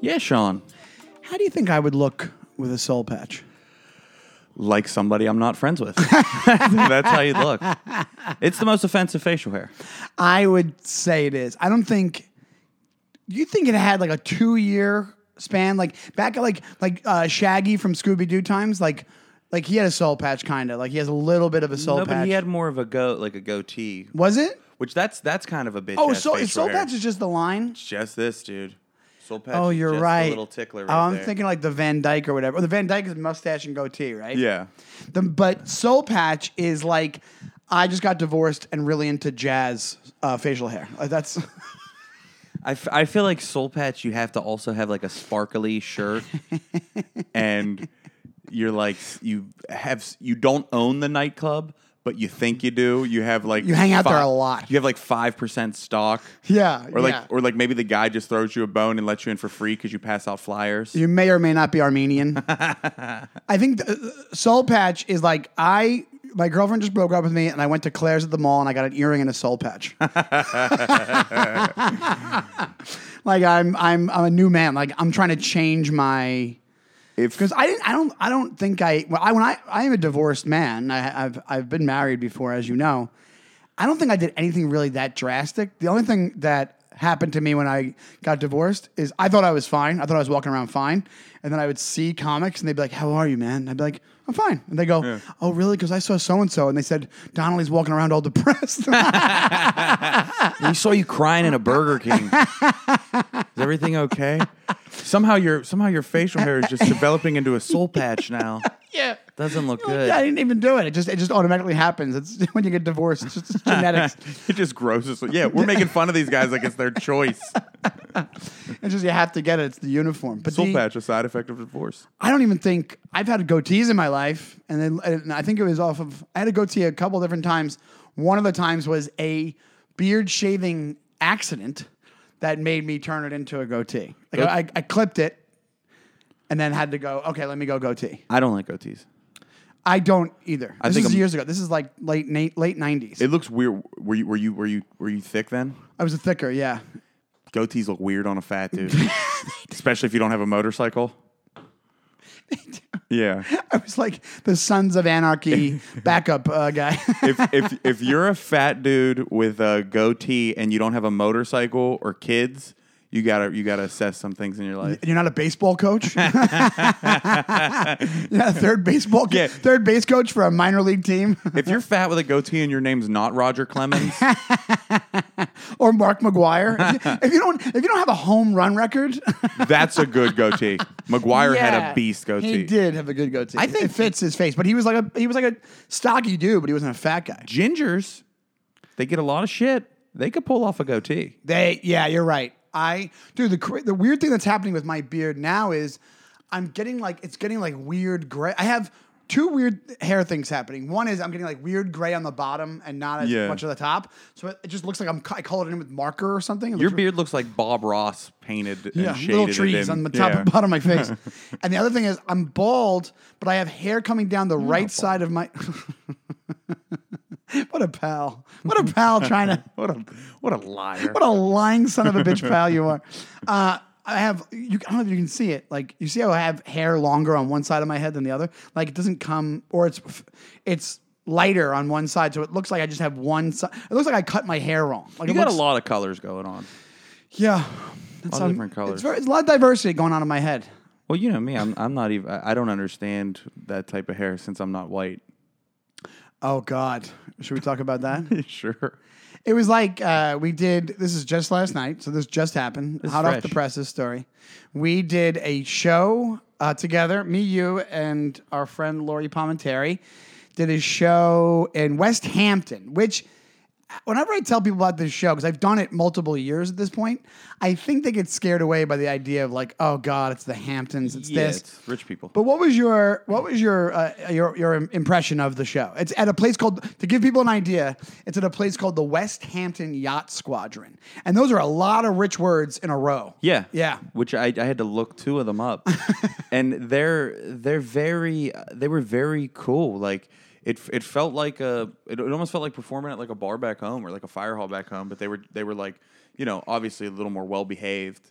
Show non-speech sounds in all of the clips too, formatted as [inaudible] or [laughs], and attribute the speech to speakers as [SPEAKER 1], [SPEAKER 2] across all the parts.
[SPEAKER 1] Yeah, Sean.
[SPEAKER 2] How do you think I would look with a soul patch?
[SPEAKER 1] Like somebody I'm not friends with. [laughs] That's how you'd look. It's the most offensive facial hair.
[SPEAKER 2] I would say it is. I don't think. You think it had like a two year span, like back at like like uh, Shaggy from Scooby Doo times, like like he had a soul patch kind of, like he has a little bit of a soul
[SPEAKER 1] no,
[SPEAKER 2] patch.
[SPEAKER 1] but he had more of a go, like a goatee,
[SPEAKER 2] Was it?
[SPEAKER 1] which that's that's kind of a bitch.
[SPEAKER 2] Oh,
[SPEAKER 1] ass
[SPEAKER 2] soul,
[SPEAKER 1] facial
[SPEAKER 2] soul
[SPEAKER 1] hair.
[SPEAKER 2] patch is just the line.
[SPEAKER 1] just this, dude. Soul patch.
[SPEAKER 2] Oh,
[SPEAKER 1] is
[SPEAKER 2] you're
[SPEAKER 1] just a
[SPEAKER 2] right.
[SPEAKER 1] little tickler.
[SPEAKER 2] oh,
[SPEAKER 1] Right
[SPEAKER 2] I'm
[SPEAKER 1] there.
[SPEAKER 2] thinking like the Van Dyke or whatever. Or the Van Dyke is mustache and goatee, right?
[SPEAKER 1] Yeah.
[SPEAKER 2] The, but soul patch is like I just got divorced and really into jazz uh, facial hair. Like that's
[SPEAKER 1] I, f- I feel like soul patch you have to also have like a
[SPEAKER 2] [laughs]
[SPEAKER 1] sparkly shirt and you're like s- you have s- you don't own the nightclub but you think you do you have like
[SPEAKER 2] You hang out there a lot.
[SPEAKER 1] you have like 5% stock
[SPEAKER 2] [laughs] [laughs] yeah.
[SPEAKER 1] or like
[SPEAKER 2] yeah.
[SPEAKER 1] or like maybe the guy just throws you a bone and lets you in for free because you pass out flyers
[SPEAKER 2] you may or may not be [laughs] Armenian. I think the, soul patch is like I my girlfriend just broke up with me and I went to Claire's at the mall and I got an earring and a soul [laughs] patch. like I'm I'm I'm a new man. Like I'm trying to change my
[SPEAKER 1] if
[SPEAKER 2] Because I didn't, I don't, I don't think I. Well, I when I, I am a divorced man. I, I've, I've been married before, as you know. I don't think I did anything really that drastic. The only thing that happened to me when I got divorced is I thought I was fine. I thought I was walking around fine, and then I would see comics and they'd be like, "How are you, man?" And I'd be like, "I'm fine," and they go, "Oh, really?" Because I saw so and so, and they said Donnelly's walking around all
[SPEAKER 1] [laughs]
[SPEAKER 2] depressed. [laughs]
[SPEAKER 1] we saw you crying in a
[SPEAKER 2] [laughs]
[SPEAKER 1] Burger King. is everything okay? Somehow your somehow your facial hair is just developing into a soul patch now.
[SPEAKER 2] yeah.
[SPEAKER 1] Doesn't look good.
[SPEAKER 2] Yeah, I didn't even do it. It just it just automatically happens. It's [laughs] when you get divorced. It's just
[SPEAKER 1] [laughs]
[SPEAKER 2] genetics.
[SPEAKER 1] It just grosses. Yeah, we're making fun of these guys like it's their choice.
[SPEAKER 2] It's just you have to get it. It's the uniform. But
[SPEAKER 1] Soul
[SPEAKER 2] the-
[SPEAKER 1] patch, a side effect of divorce.
[SPEAKER 2] I don't even think I've had goatees in my life, and then and I think it was off of I had a goatee a couple different times. One of the times was a beard shaving accident that made me turn it into a goatee. Like I, I, I clipped it, and then had to go. Okay, let me go goatee.
[SPEAKER 1] I don't like goatees.
[SPEAKER 2] I don't either. this
[SPEAKER 1] think
[SPEAKER 2] is
[SPEAKER 1] I'm-
[SPEAKER 2] years ago. This is like late na- late nineties.
[SPEAKER 1] It looks weird. Were you were you were you were you thick then?
[SPEAKER 2] I was a thicker, yeah. [laughs]
[SPEAKER 1] Goatees look weird on a fat [laughs] dude, especially if you don't have a motorcycle. Yeah.
[SPEAKER 2] I was like the Sons of
[SPEAKER 1] [laughs]
[SPEAKER 2] Anarchy backup uh, guy. [laughs]
[SPEAKER 1] If if if you're a fat dude with a goatee and you don't have a motorcycle or kids, you gotta you gotta assess some things in your life.
[SPEAKER 2] And You're not a baseball
[SPEAKER 1] [laughs]
[SPEAKER 2] coach. [laughs] You're not a third baseball, co-
[SPEAKER 1] Yeah.
[SPEAKER 2] third base coach for a minor league team, [laughs]
[SPEAKER 1] If you're fat with a goatee and your name's not Roger Clemens,
[SPEAKER 2] or Mark
[SPEAKER 1] [laughs]
[SPEAKER 2] McGuire. If you- if you don't, if you don't have a home run record, [laughs]
[SPEAKER 1] that's a good goatee. McGuire had
[SPEAKER 2] Yeah.
[SPEAKER 1] a beast goatee.
[SPEAKER 2] He did have a good goatee. I
[SPEAKER 1] think-
[SPEAKER 2] it fits his face, but he was like a he was like a stocky dude, but he wasn't a fat guy.
[SPEAKER 1] gingers, they get a lot of shit. They could pull off a goatee.
[SPEAKER 2] They, yeah, you're right. I, dude, the cra- the weird thing that's happening with my beard now is I'm getting like it's getting like weird gray. I have two weird hair things happening. One is I'm getting like weird gray on the bottom and not as
[SPEAKER 1] Yeah.
[SPEAKER 2] much of the top, so it, it just looks like I'm I colored in with marker or something. It
[SPEAKER 1] Your
[SPEAKER 2] looks-
[SPEAKER 1] beard looks like Bob Ross painted
[SPEAKER 2] yeah,
[SPEAKER 1] and shaded.
[SPEAKER 2] little
[SPEAKER 1] it
[SPEAKER 2] trees
[SPEAKER 1] in.
[SPEAKER 2] on the top
[SPEAKER 1] Yeah.
[SPEAKER 2] and [laughs] bottom of
[SPEAKER 1] [laughs]
[SPEAKER 2] my face. and the other thing is I'm bald, but I have hair coming down the right side of my. [laughs] what a pal! What a pal trying
[SPEAKER 1] [laughs]
[SPEAKER 2] to.
[SPEAKER 1] What a what a liar!
[SPEAKER 2] What a lying son of a bitch pal you
[SPEAKER 1] [laughs]
[SPEAKER 2] are. Uh, I have you. I don't know if you can see it. Like you see how I have hair longer on one side of my head than the other. Like it doesn't come, or it's it's lighter on one side, so it looks like I just have one side. It looks like I cut my hair wrong. Like
[SPEAKER 1] you
[SPEAKER 2] it
[SPEAKER 1] got
[SPEAKER 2] looks-
[SPEAKER 1] a lot of colors going on.
[SPEAKER 2] Yeah,
[SPEAKER 1] All
[SPEAKER 2] Um,
[SPEAKER 1] different colors.
[SPEAKER 2] It's, very, it's a lot of diversity going on in my head.
[SPEAKER 1] well, you know me. I'm I'm not even. I I don't understand that type of hair since I'm not white. [laughs]
[SPEAKER 2] Oh God, should we talk about that?
[SPEAKER 1] sure.
[SPEAKER 2] It was like uh, we did. This is just last night, so this just happened.
[SPEAKER 1] is
[SPEAKER 2] hot off
[SPEAKER 1] fresh.
[SPEAKER 2] the presses story. We did a show uh, together. Me, you, and our friend Lori Palmenteri did a show in West Hampton. Which, whenever I tell people about this show, because I've done it multiple years at this point, I think they get scared away by the idea of like, oh God, it's the Hamptons, it's
[SPEAKER 1] Yeah,
[SPEAKER 2] this.
[SPEAKER 1] it's rich people.
[SPEAKER 2] But what was your what was your uh, your your im- impression of the show? It's at a place called to give people an idea. It's at a place called the West Hampton Yacht Squadron, and those are a lot of rich words in a row.
[SPEAKER 1] Yeah.
[SPEAKER 2] Yeah.
[SPEAKER 1] Which I, I had to look two of
[SPEAKER 2] [laughs]
[SPEAKER 1] them up. and they're they're very they were very cool. Like it it felt like a it, it almost felt like performing at like a bar back home or like a fire hall back home, but they were they were like, you know, obviously a little more well behaved.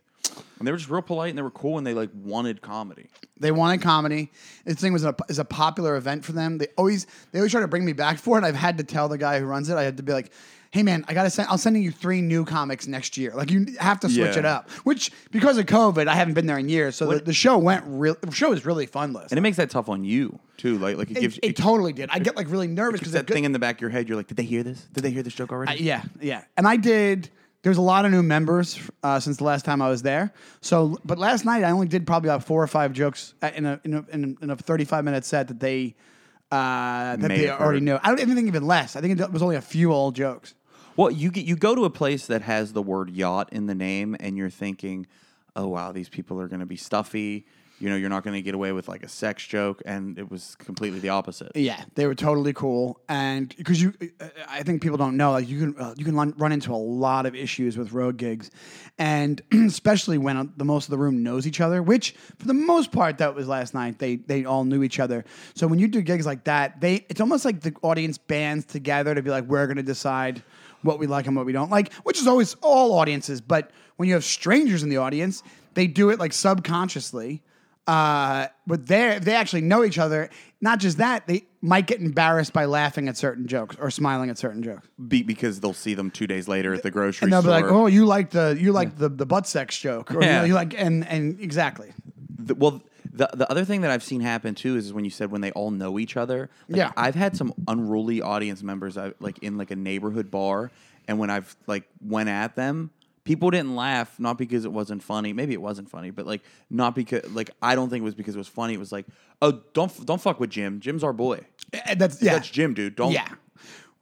[SPEAKER 1] And they were just real polite and they were cool and they like wanted comedy.
[SPEAKER 2] They wanted comedy. This thing was a, is a popular event for them. They always they always try to bring me back for it. I've had to tell the guy who runs it. I had to be like, "Hey man, I gotta send. I'll send you three new comics next year. Like you have to switch
[SPEAKER 1] Yeah.
[SPEAKER 2] it up." Which because of COVID, I haven't been there in years. So the, the show went real. The show was really fun. List.
[SPEAKER 1] And it makes that tough on you too. Like like it gives
[SPEAKER 2] It, it totally did. I get like really nervous
[SPEAKER 1] because
[SPEAKER 2] because
[SPEAKER 1] that thing in the back of your head, you're like, did they hear this? Did they hear this joke already?
[SPEAKER 2] Yeah, yeah. And I did. There's a lot of new members uh, since the last time I was there. So, but last night I only did probably about four or five jokes uh, in a in a, in a, in a 35 minute set that they uh, that
[SPEAKER 1] May
[SPEAKER 2] they
[SPEAKER 1] have
[SPEAKER 2] already
[SPEAKER 1] heard.
[SPEAKER 2] knew. I don't even think even less. I think it was only a few old jokes.
[SPEAKER 1] Well, you get you go to a place that has the word yacht in the name, and you're thinking, "Oh wow, these people are going to be stuffy." You know, you're not going to get away with like a sex joke, and it was completely the opposite.
[SPEAKER 2] Yeah, they were totally cool, and because you, uh, I think people don't know, like you can uh, you can run- run into a lot of issues with road gigs, and [clears throat] especially when uh, the most of the room knows each other, which for the most part that was last night. They they all knew each other, so when you do gigs like that, they it's almost like the audience bands together to be like, we're gonna decide what we like and what we don't like, which is always all audiences, but when you have strangers in the audience, they do it like subconsciously uh, but they they actually know each other. Not just that, they might get embarrassed by laughing at certain jokes or smiling at certain jokes,
[SPEAKER 1] Be- because they'll see them two days later at the grocery
[SPEAKER 2] and they'll be
[SPEAKER 1] store.
[SPEAKER 2] like, "Oh, you like the you like the, the butt sex joke," or you
[SPEAKER 1] Yeah.
[SPEAKER 2] know, you like and and exactly.
[SPEAKER 1] The- well, the the other thing that I've seen happen too is when you said when they all know each other. Like,
[SPEAKER 2] Yeah.
[SPEAKER 1] I've had some unruly audience members I, like in like a neighborhood bar, and when I've like went at them, people didn't laugh not because it wasn't funny. Maybe it wasn't funny, but like not because like I don't think it was because it was funny. It was like, oh, don't f- don't fuck with Jim. Jim's our boy.
[SPEAKER 2] And Uh, that's yeah,
[SPEAKER 1] That's Jim, dude. Don't.
[SPEAKER 2] yeah,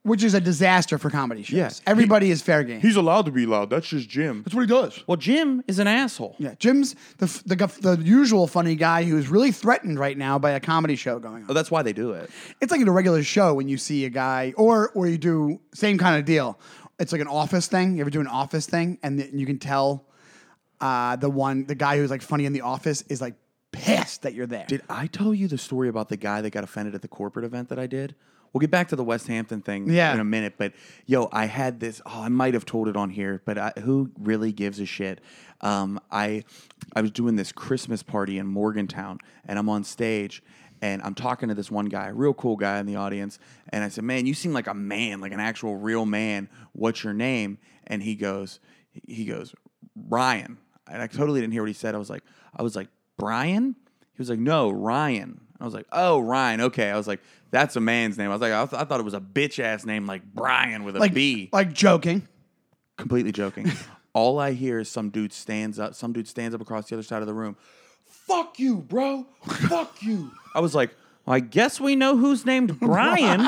[SPEAKER 2] which is a disaster for comedy shows.
[SPEAKER 1] Yeah.
[SPEAKER 2] Everybody is fair game.
[SPEAKER 1] He's allowed to be loud. That's just Jim.
[SPEAKER 2] what he does.
[SPEAKER 1] Well, Jim is an asshole.
[SPEAKER 2] Yeah, Jim's the, f- the guff- the usual funny guy who's really threatened right now by a comedy show going on.
[SPEAKER 1] Oh, that's why they do it.
[SPEAKER 2] it's like in a regular show when you see a guy or or you do same kind of deal. It's like an office thing. You ever do an office thing, and th- you can tell uh, the one the guy who's like funny in the office is like pissed that you're there.
[SPEAKER 1] Did I tell you the story about the guy that got offended at the corporate event that I did? We'll get back to the West Hampton thing
[SPEAKER 2] Yeah.
[SPEAKER 1] in a minute, but yo, I had this. Oh, I might have told it on here, but I, who really gives a shit? Um, I I was doing this Christmas party in Morgantown, and I'm on stage, and I'm talking to this one guy, a real cool guy in the audience, and I said, "Man, you seem like a man, like an actual real man. What's your name?" And he goes, he goes, Ryan. And I totally didn't hear what he said. I was like, I was like, Brian. He was like, no, Ryan. I was like, oh, Ryan. Okay. I was like, that's a man's name. I was like, I, th- I thought it was a bitch ass name like Brian with a B.
[SPEAKER 2] like [laughs] like joking.
[SPEAKER 1] Completely joking. [laughs] All I hear is some dude stands up. Some dude stands up across the other side of the room. Fuck you, bro. Fuck you. I was like, well, I guess we know
[SPEAKER 2] [laughs]
[SPEAKER 1] who's named Brian.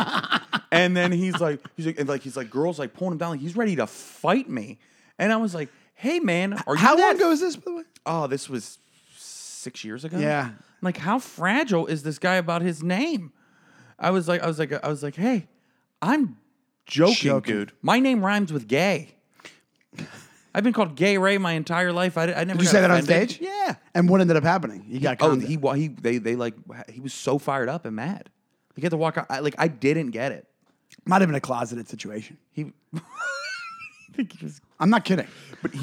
[SPEAKER 1] and then he's like, he's like, and like he's like, girls like pulling him down, like he's ready to fight me. And I was like, hey man, are you
[SPEAKER 2] How
[SPEAKER 1] that
[SPEAKER 2] long ago is this, by the way?
[SPEAKER 1] oh, this was six years ago.
[SPEAKER 2] Yeah.
[SPEAKER 1] I'm Like, how fragile is this guy about his name? I was like, I was like, I was like, hey, I'm joking,
[SPEAKER 2] Joking.
[SPEAKER 1] dude. My name rhymes with gay. I've been called Gay Ray my entire life. I, I never.
[SPEAKER 2] Did you
[SPEAKER 1] got
[SPEAKER 2] say that on
[SPEAKER 1] offended.
[SPEAKER 2] stage?
[SPEAKER 1] Yeah.
[SPEAKER 2] And what ended up happening? You got
[SPEAKER 1] Oh,
[SPEAKER 2] oh,
[SPEAKER 1] he wa- he they they like he was so fired up and mad. He had to walk out. I, like I didn't get it.
[SPEAKER 2] might have been a closeted situation.
[SPEAKER 1] He. [laughs] I think he was
[SPEAKER 2] I'm not kidding.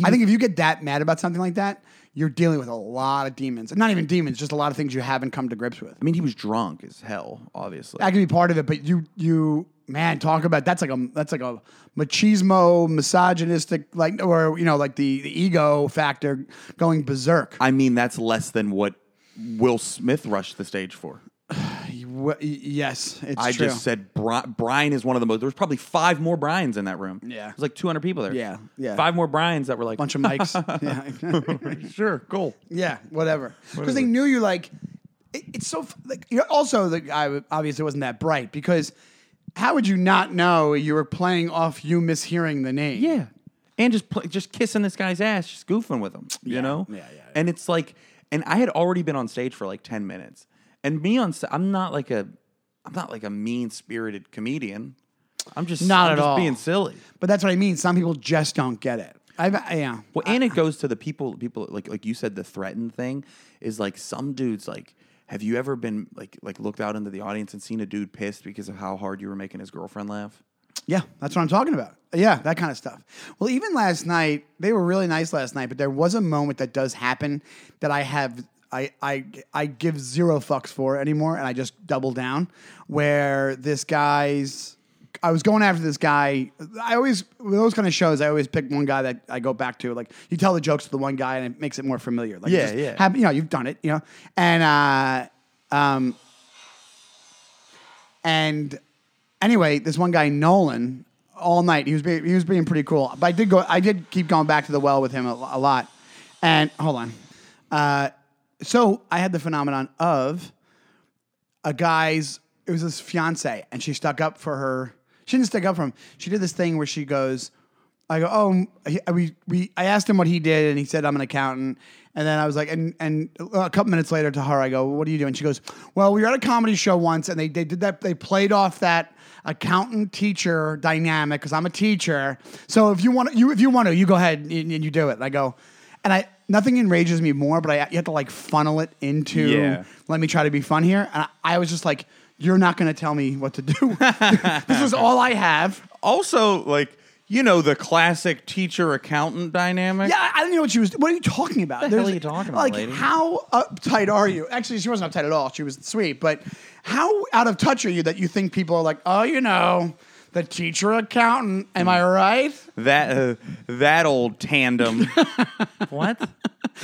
[SPEAKER 2] I think if you get that mad about something like that, you're dealing with a lot of demons. And not even demons, just a lot of things you haven't come to grips with.
[SPEAKER 1] I mean, he was drunk as hell, obviously.
[SPEAKER 2] that could be part of it. But you, you, man, talk about that's like a that's like a machismo, misogynistic, like or you know, like the, the ego factor going berserk.
[SPEAKER 1] I mean, that's less than what Will Smith rushed the stage for.
[SPEAKER 2] You w- y- yes, it's
[SPEAKER 1] I
[SPEAKER 2] true.
[SPEAKER 1] just said Bri- Brian is one of the most. There was probably five more Brian's in that room.
[SPEAKER 2] Yeah.
[SPEAKER 1] there's like 200 people there.
[SPEAKER 2] Yeah, yeah.
[SPEAKER 1] Five more Brian's that were like
[SPEAKER 2] bunch of
[SPEAKER 1] [laughs]
[SPEAKER 2] mics. yeah. [laughs]
[SPEAKER 1] sure, cool.
[SPEAKER 2] Yeah, whatever. Because they knew you like. It, it's so f- like you're also the guy obviously wasn't that bright because how would you not know you were playing off you mishearing the name?
[SPEAKER 1] Yeah, and just pl- just kissing this guy's ass, just goofing with him. You know.
[SPEAKER 2] yeah, yeah.
[SPEAKER 1] And it's like, and I had already been on stage for like 10 minutes, and me on, st- I'm not like a, I'm not like a mean spirited comedian. I'm just
[SPEAKER 2] Not
[SPEAKER 1] I'm
[SPEAKER 2] at
[SPEAKER 1] just
[SPEAKER 2] all.
[SPEAKER 1] being silly.
[SPEAKER 2] but that's what I mean. Some people just don't get it. I've yeah.
[SPEAKER 1] Well, and it goes to the people. People like like you said, the threatened thing is like some dudes like. Have you ever been like like looked out into the audience and seen a dude pissed because of how hard you were making his girlfriend laugh?
[SPEAKER 2] Yeah, that's what I'm talking about. Yeah, that kind of stuff. Well, even last night, they were really nice last night, but there was a moment that does happen that I have I I I give zero fucks for anymore and I just double down where this guy's I was going after this guy. I always with those kind of shows, I always pick one guy that I go back to. Like you tell the jokes to the one guy, and it makes it more familiar. Like it
[SPEAKER 1] Yeah,
[SPEAKER 2] just
[SPEAKER 1] yeah.
[SPEAKER 2] hap- you know, you've done it. You know, and uh, um, and anyway, this one guy Nolan, all night he was be, he was being pretty cool. But I did go, I did keep going back to the well with him a, a lot. And hold on, uh, so I had the phenomenon of a guy's it was his fiance and she stuck up for her she didn't stick up for him she did this thing where she goes i go oh he- we, we i asked him what he did and he said i'm an accountant and then i was like and and a couple minutes later to her i go what are you doing she goes well we were at a comedy show once and they, they did that they played off that accountant teacher dynamic because i'm a teacher so if you want you if you want to you go ahead and, and you do it and i go and i nothing enrages me more but i you have to like funnel it into
[SPEAKER 1] Yeah.
[SPEAKER 2] let me try to be fun here. And I, I was just like, you're not going to tell me what to do. [laughs] this is all I have.
[SPEAKER 1] Also, like you know, the classic teacher accountant dynamic.
[SPEAKER 2] Yeah, I, I didn't know what she was. What are you talking about?
[SPEAKER 1] the hell
[SPEAKER 2] There's-
[SPEAKER 1] are you talking about,
[SPEAKER 2] Like,
[SPEAKER 1] lady?
[SPEAKER 2] how uptight are you? Actually, she wasn't uptight at all. She was sweet, but how out of touch are you that you think people are like, oh, you know, the teacher accountant? Am I right?
[SPEAKER 1] That uh, that old tandem. [laughs] what?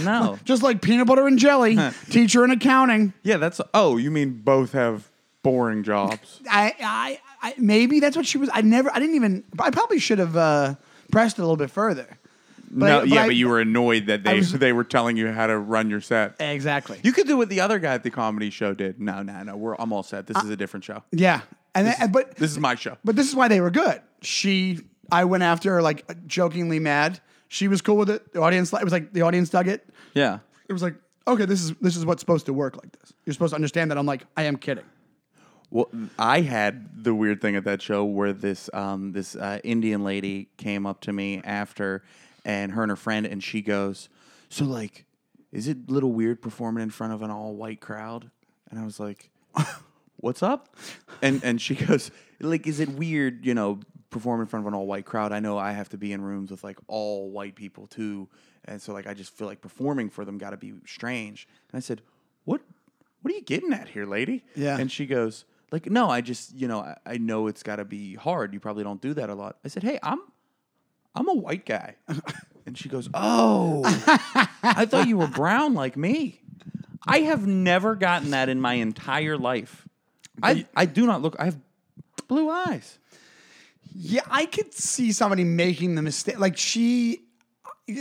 [SPEAKER 1] No.
[SPEAKER 2] Just like peanut butter and jelly, teacher and accounting.
[SPEAKER 1] [laughs] Yeah, that's. Oh, you mean both have boring jobs?
[SPEAKER 2] I, I, I maybe that's what she was. I never. I didn't even. I probably should have uh, pressed it a little bit further. But
[SPEAKER 1] no.
[SPEAKER 2] I-
[SPEAKER 1] yeah,
[SPEAKER 2] I-
[SPEAKER 1] but you were annoyed that they
[SPEAKER 2] was-
[SPEAKER 1] [laughs] they were telling you how to run your set.
[SPEAKER 2] Exactly.
[SPEAKER 1] You could do what the other guy at the comedy show did. No, no, no. We're I'm all set. This is a different show.
[SPEAKER 2] yeah, and then, but
[SPEAKER 1] This is my show.
[SPEAKER 2] but this is why they were good. She, I went after her like jokingly mad. She was cool with it. The audience, li- it was like the audience dug it.
[SPEAKER 1] Yeah.
[SPEAKER 2] It was like, okay, this is this is what's supposed to work like this. You're supposed to understand that. I'm like, I am kidding.
[SPEAKER 1] Well, I had the weird thing at that show where this um, this uh, Indian lady came up to me after, and her and her friend, and she goes, "So like, is it a little weird performing in front of an all white crowd?" And I was like, [laughs] "What's up?" And and she [laughs] goes, "Like, is it weird, you know, performing in front of an all white crowd? I know I have to be in rooms with like all white people too, and so like I just feel like performing for them got to be strange." And I said, "What?" What are you getting at here, lady?
[SPEAKER 2] Yeah.
[SPEAKER 1] And she goes, like, no, I just, you know, I, I know it's got to be hard. You probably don't do that a lot. I said, hey, I'm, I'm a white guy. and she goes, oh, I thought you were brown like me. I have never gotten that in my entire life. I, I do not look. I have blue eyes.
[SPEAKER 2] Yeah, I could see somebody making the mistake. Like she,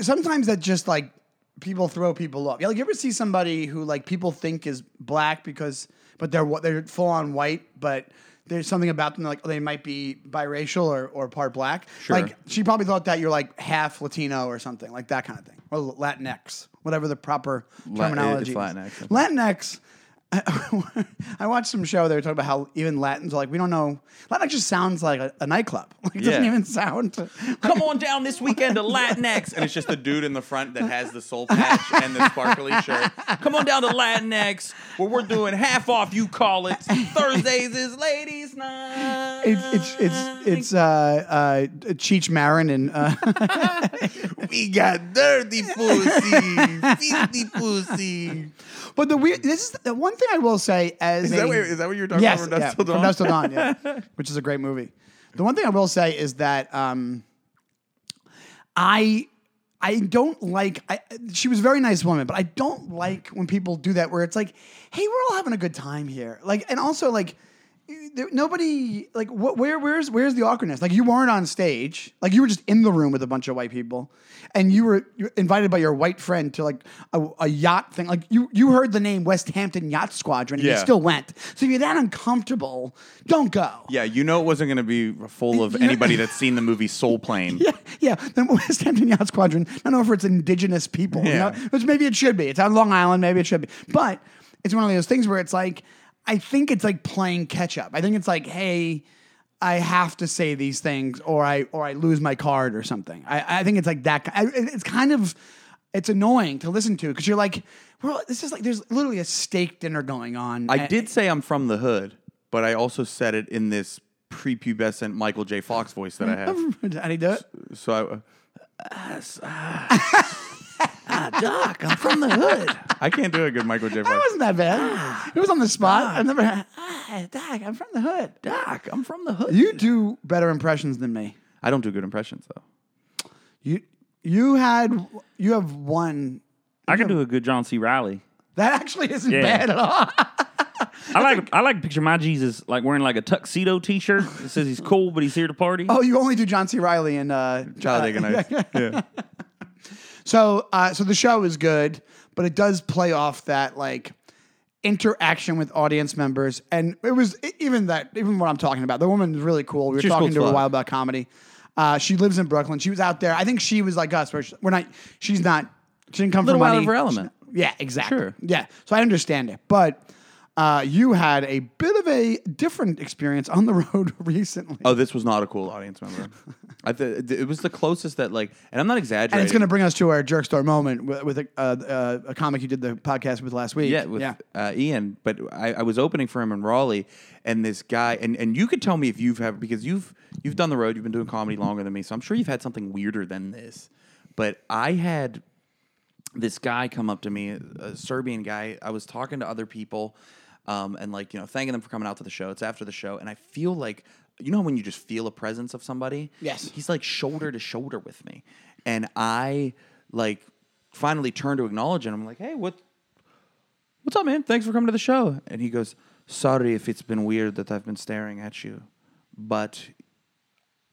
[SPEAKER 2] sometimes that just like people throw people off. Yeah, like you ever see somebody who like people think is black because, but they're wh- they're full on white, but there's something about them like oh, they might be biracial or or part black.
[SPEAKER 1] Sure.
[SPEAKER 2] Like she probably thought that you're like half Latino or something like that kind of thing, or Latinx, whatever the proper
[SPEAKER 1] La-
[SPEAKER 2] terminology.
[SPEAKER 1] it's
[SPEAKER 2] is.
[SPEAKER 1] Latinx.
[SPEAKER 2] Latinx. I [laughs] watched some show. They were talking about how even Latins are like we don't know. Latinx just sounds like a, a nightclub. [laughs] Like, it doesn't
[SPEAKER 1] Yeah.
[SPEAKER 2] even sound.
[SPEAKER 1] Come on down this weekend to Latinx. And it's just the dude in the front that has the soul patch and the sparkly shirt. Come on down to Latinx where we're doing half off, you call it. Thursdays is ladies' night.
[SPEAKER 2] It's it's it's it's uh, uh, Cheech Marin and uh, [laughs]
[SPEAKER 1] We got dirty pussy,
[SPEAKER 2] [laughs]
[SPEAKER 1] filthy pussy.
[SPEAKER 2] but the weird this is the one thing I will say as
[SPEAKER 1] Is
[SPEAKER 2] a-
[SPEAKER 1] that, what, is that what you were talking
[SPEAKER 2] yes
[SPEAKER 1] about from
[SPEAKER 2] yeah,
[SPEAKER 1] Dust Till
[SPEAKER 2] from
[SPEAKER 1] Dawn?
[SPEAKER 2] Dusk Till Dawn
[SPEAKER 1] [laughs]
[SPEAKER 2] yeah which is a great movie. The one thing I will say is that um, I I don't like I she was a very nice woman, but I don't like when people do that where it's like, hey, we're all having a good time here. Like and also like there, nobody like what where where's where's the awkwardness? Like you weren't on stage. Like you were just in the room with a bunch of white people and you were you were invited by your white friend to like a, a yacht thing. Like you you heard the name West Hampton Yacht Squadron and you
[SPEAKER 1] Yeah.
[SPEAKER 2] still went. So if you're that uncomfortable, don't go.
[SPEAKER 1] Yeah, you know it wasn't going to be full of
[SPEAKER 2] You-
[SPEAKER 1] anybody that's seen the movie Soul Plane.
[SPEAKER 2] [laughs] Yeah, [laughs] yeah. The West Hampton Yacht Squadron. I don't know if it's indigenous people, you
[SPEAKER 1] Yeah.
[SPEAKER 2] know, which maybe it should be. It's on Long Island, maybe it should be. But it's one of those things where it's like, I think it's like playing catch up. I think it's like, hey, I have to say these things, or I or I lose my card or something. I, I think it's like that. ki- I, it- it's kind of it's annoying to listen to because you're like, well, this is like there's literally a steak dinner going on.
[SPEAKER 1] I
[SPEAKER 2] and-
[SPEAKER 1] did say I'm from the hood, but I also said it in this prepubescent Michael J. Fox voice that I
[SPEAKER 2] [laughs] [laughs]
[SPEAKER 1] have.
[SPEAKER 2] How do you do it?
[SPEAKER 1] So I. Uh, Doc, I'm from the hood. [laughs] I can't do a good Michael J.
[SPEAKER 2] That
[SPEAKER 1] Fox.
[SPEAKER 2] wasn't that bad. It was on the spot. I've never had. Doc, I'm from the hood.
[SPEAKER 1] Doc, I'm from the hood.
[SPEAKER 2] You do better impressions than me.
[SPEAKER 1] I don't do good impressions though.
[SPEAKER 2] You you had you have one
[SPEAKER 3] I can do a good John C. Riley.
[SPEAKER 2] that actually isn't
[SPEAKER 3] Yeah.
[SPEAKER 2] bad at all.
[SPEAKER 3] I like I like to picture my Jesus like wearing like a tuxedo T-shirt that says he's cool but he's here to party.
[SPEAKER 2] Oh, you only do John C. Riley and uh,
[SPEAKER 1] Talladega Nights. Yeah.
[SPEAKER 2] So, uh, so the show is good, but it does play off that like interaction with audience members, and it was e- even that even what I'm talking about. The woman's really cool. We were
[SPEAKER 1] She's
[SPEAKER 2] talking
[SPEAKER 1] cool
[SPEAKER 2] to her
[SPEAKER 1] as
[SPEAKER 2] a
[SPEAKER 1] fuck.
[SPEAKER 2] while about comedy. Uh, she lives in Brooklyn. She was out there. I think she was like us, where she, we're not. She's not. She didn't come
[SPEAKER 1] Little
[SPEAKER 2] from
[SPEAKER 1] out
[SPEAKER 2] money.
[SPEAKER 1] of her element.
[SPEAKER 2] She- yeah, exactly.
[SPEAKER 1] Sure.
[SPEAKER 2] Yeah. So I understand it, but. Uh, you had a bit of a different experience on the [laughs] road recently,
[SPEAKER 1] Oh, this was not a cool audience member. I th- it was the closest that like, and I'm not exaggerating.
[SPEAKER 2] and it's going to bring us to our jerk store moment with, with a, uh, uh, a comic you did the podcast with last week.
[SPEAKER 1] Yeah, with Uh, Ian. But I, I was opening for him in Raleigh, and this guy, and, and you could tell me if you've had because you've you've done the road, you've been doing comedy longer than me, so I'm sure you've had something weirder than this. But I had this guy come up to me, a Serbian guy. I was talking to other people, um, and like you know, thanking them for coming out to the show. It's after the show, and I feel like you know when you just feel a presence of somebody.
[SPEAKER 2] Yes.
[SPEAKER 1] he's like shoulder to shoulder with me, and I like finally turned to acknowledge, and I'm like, hey, what What's up, man? Thanks for coming to the show. And he goes, Sorry if it's been weird that I've been staring at you, but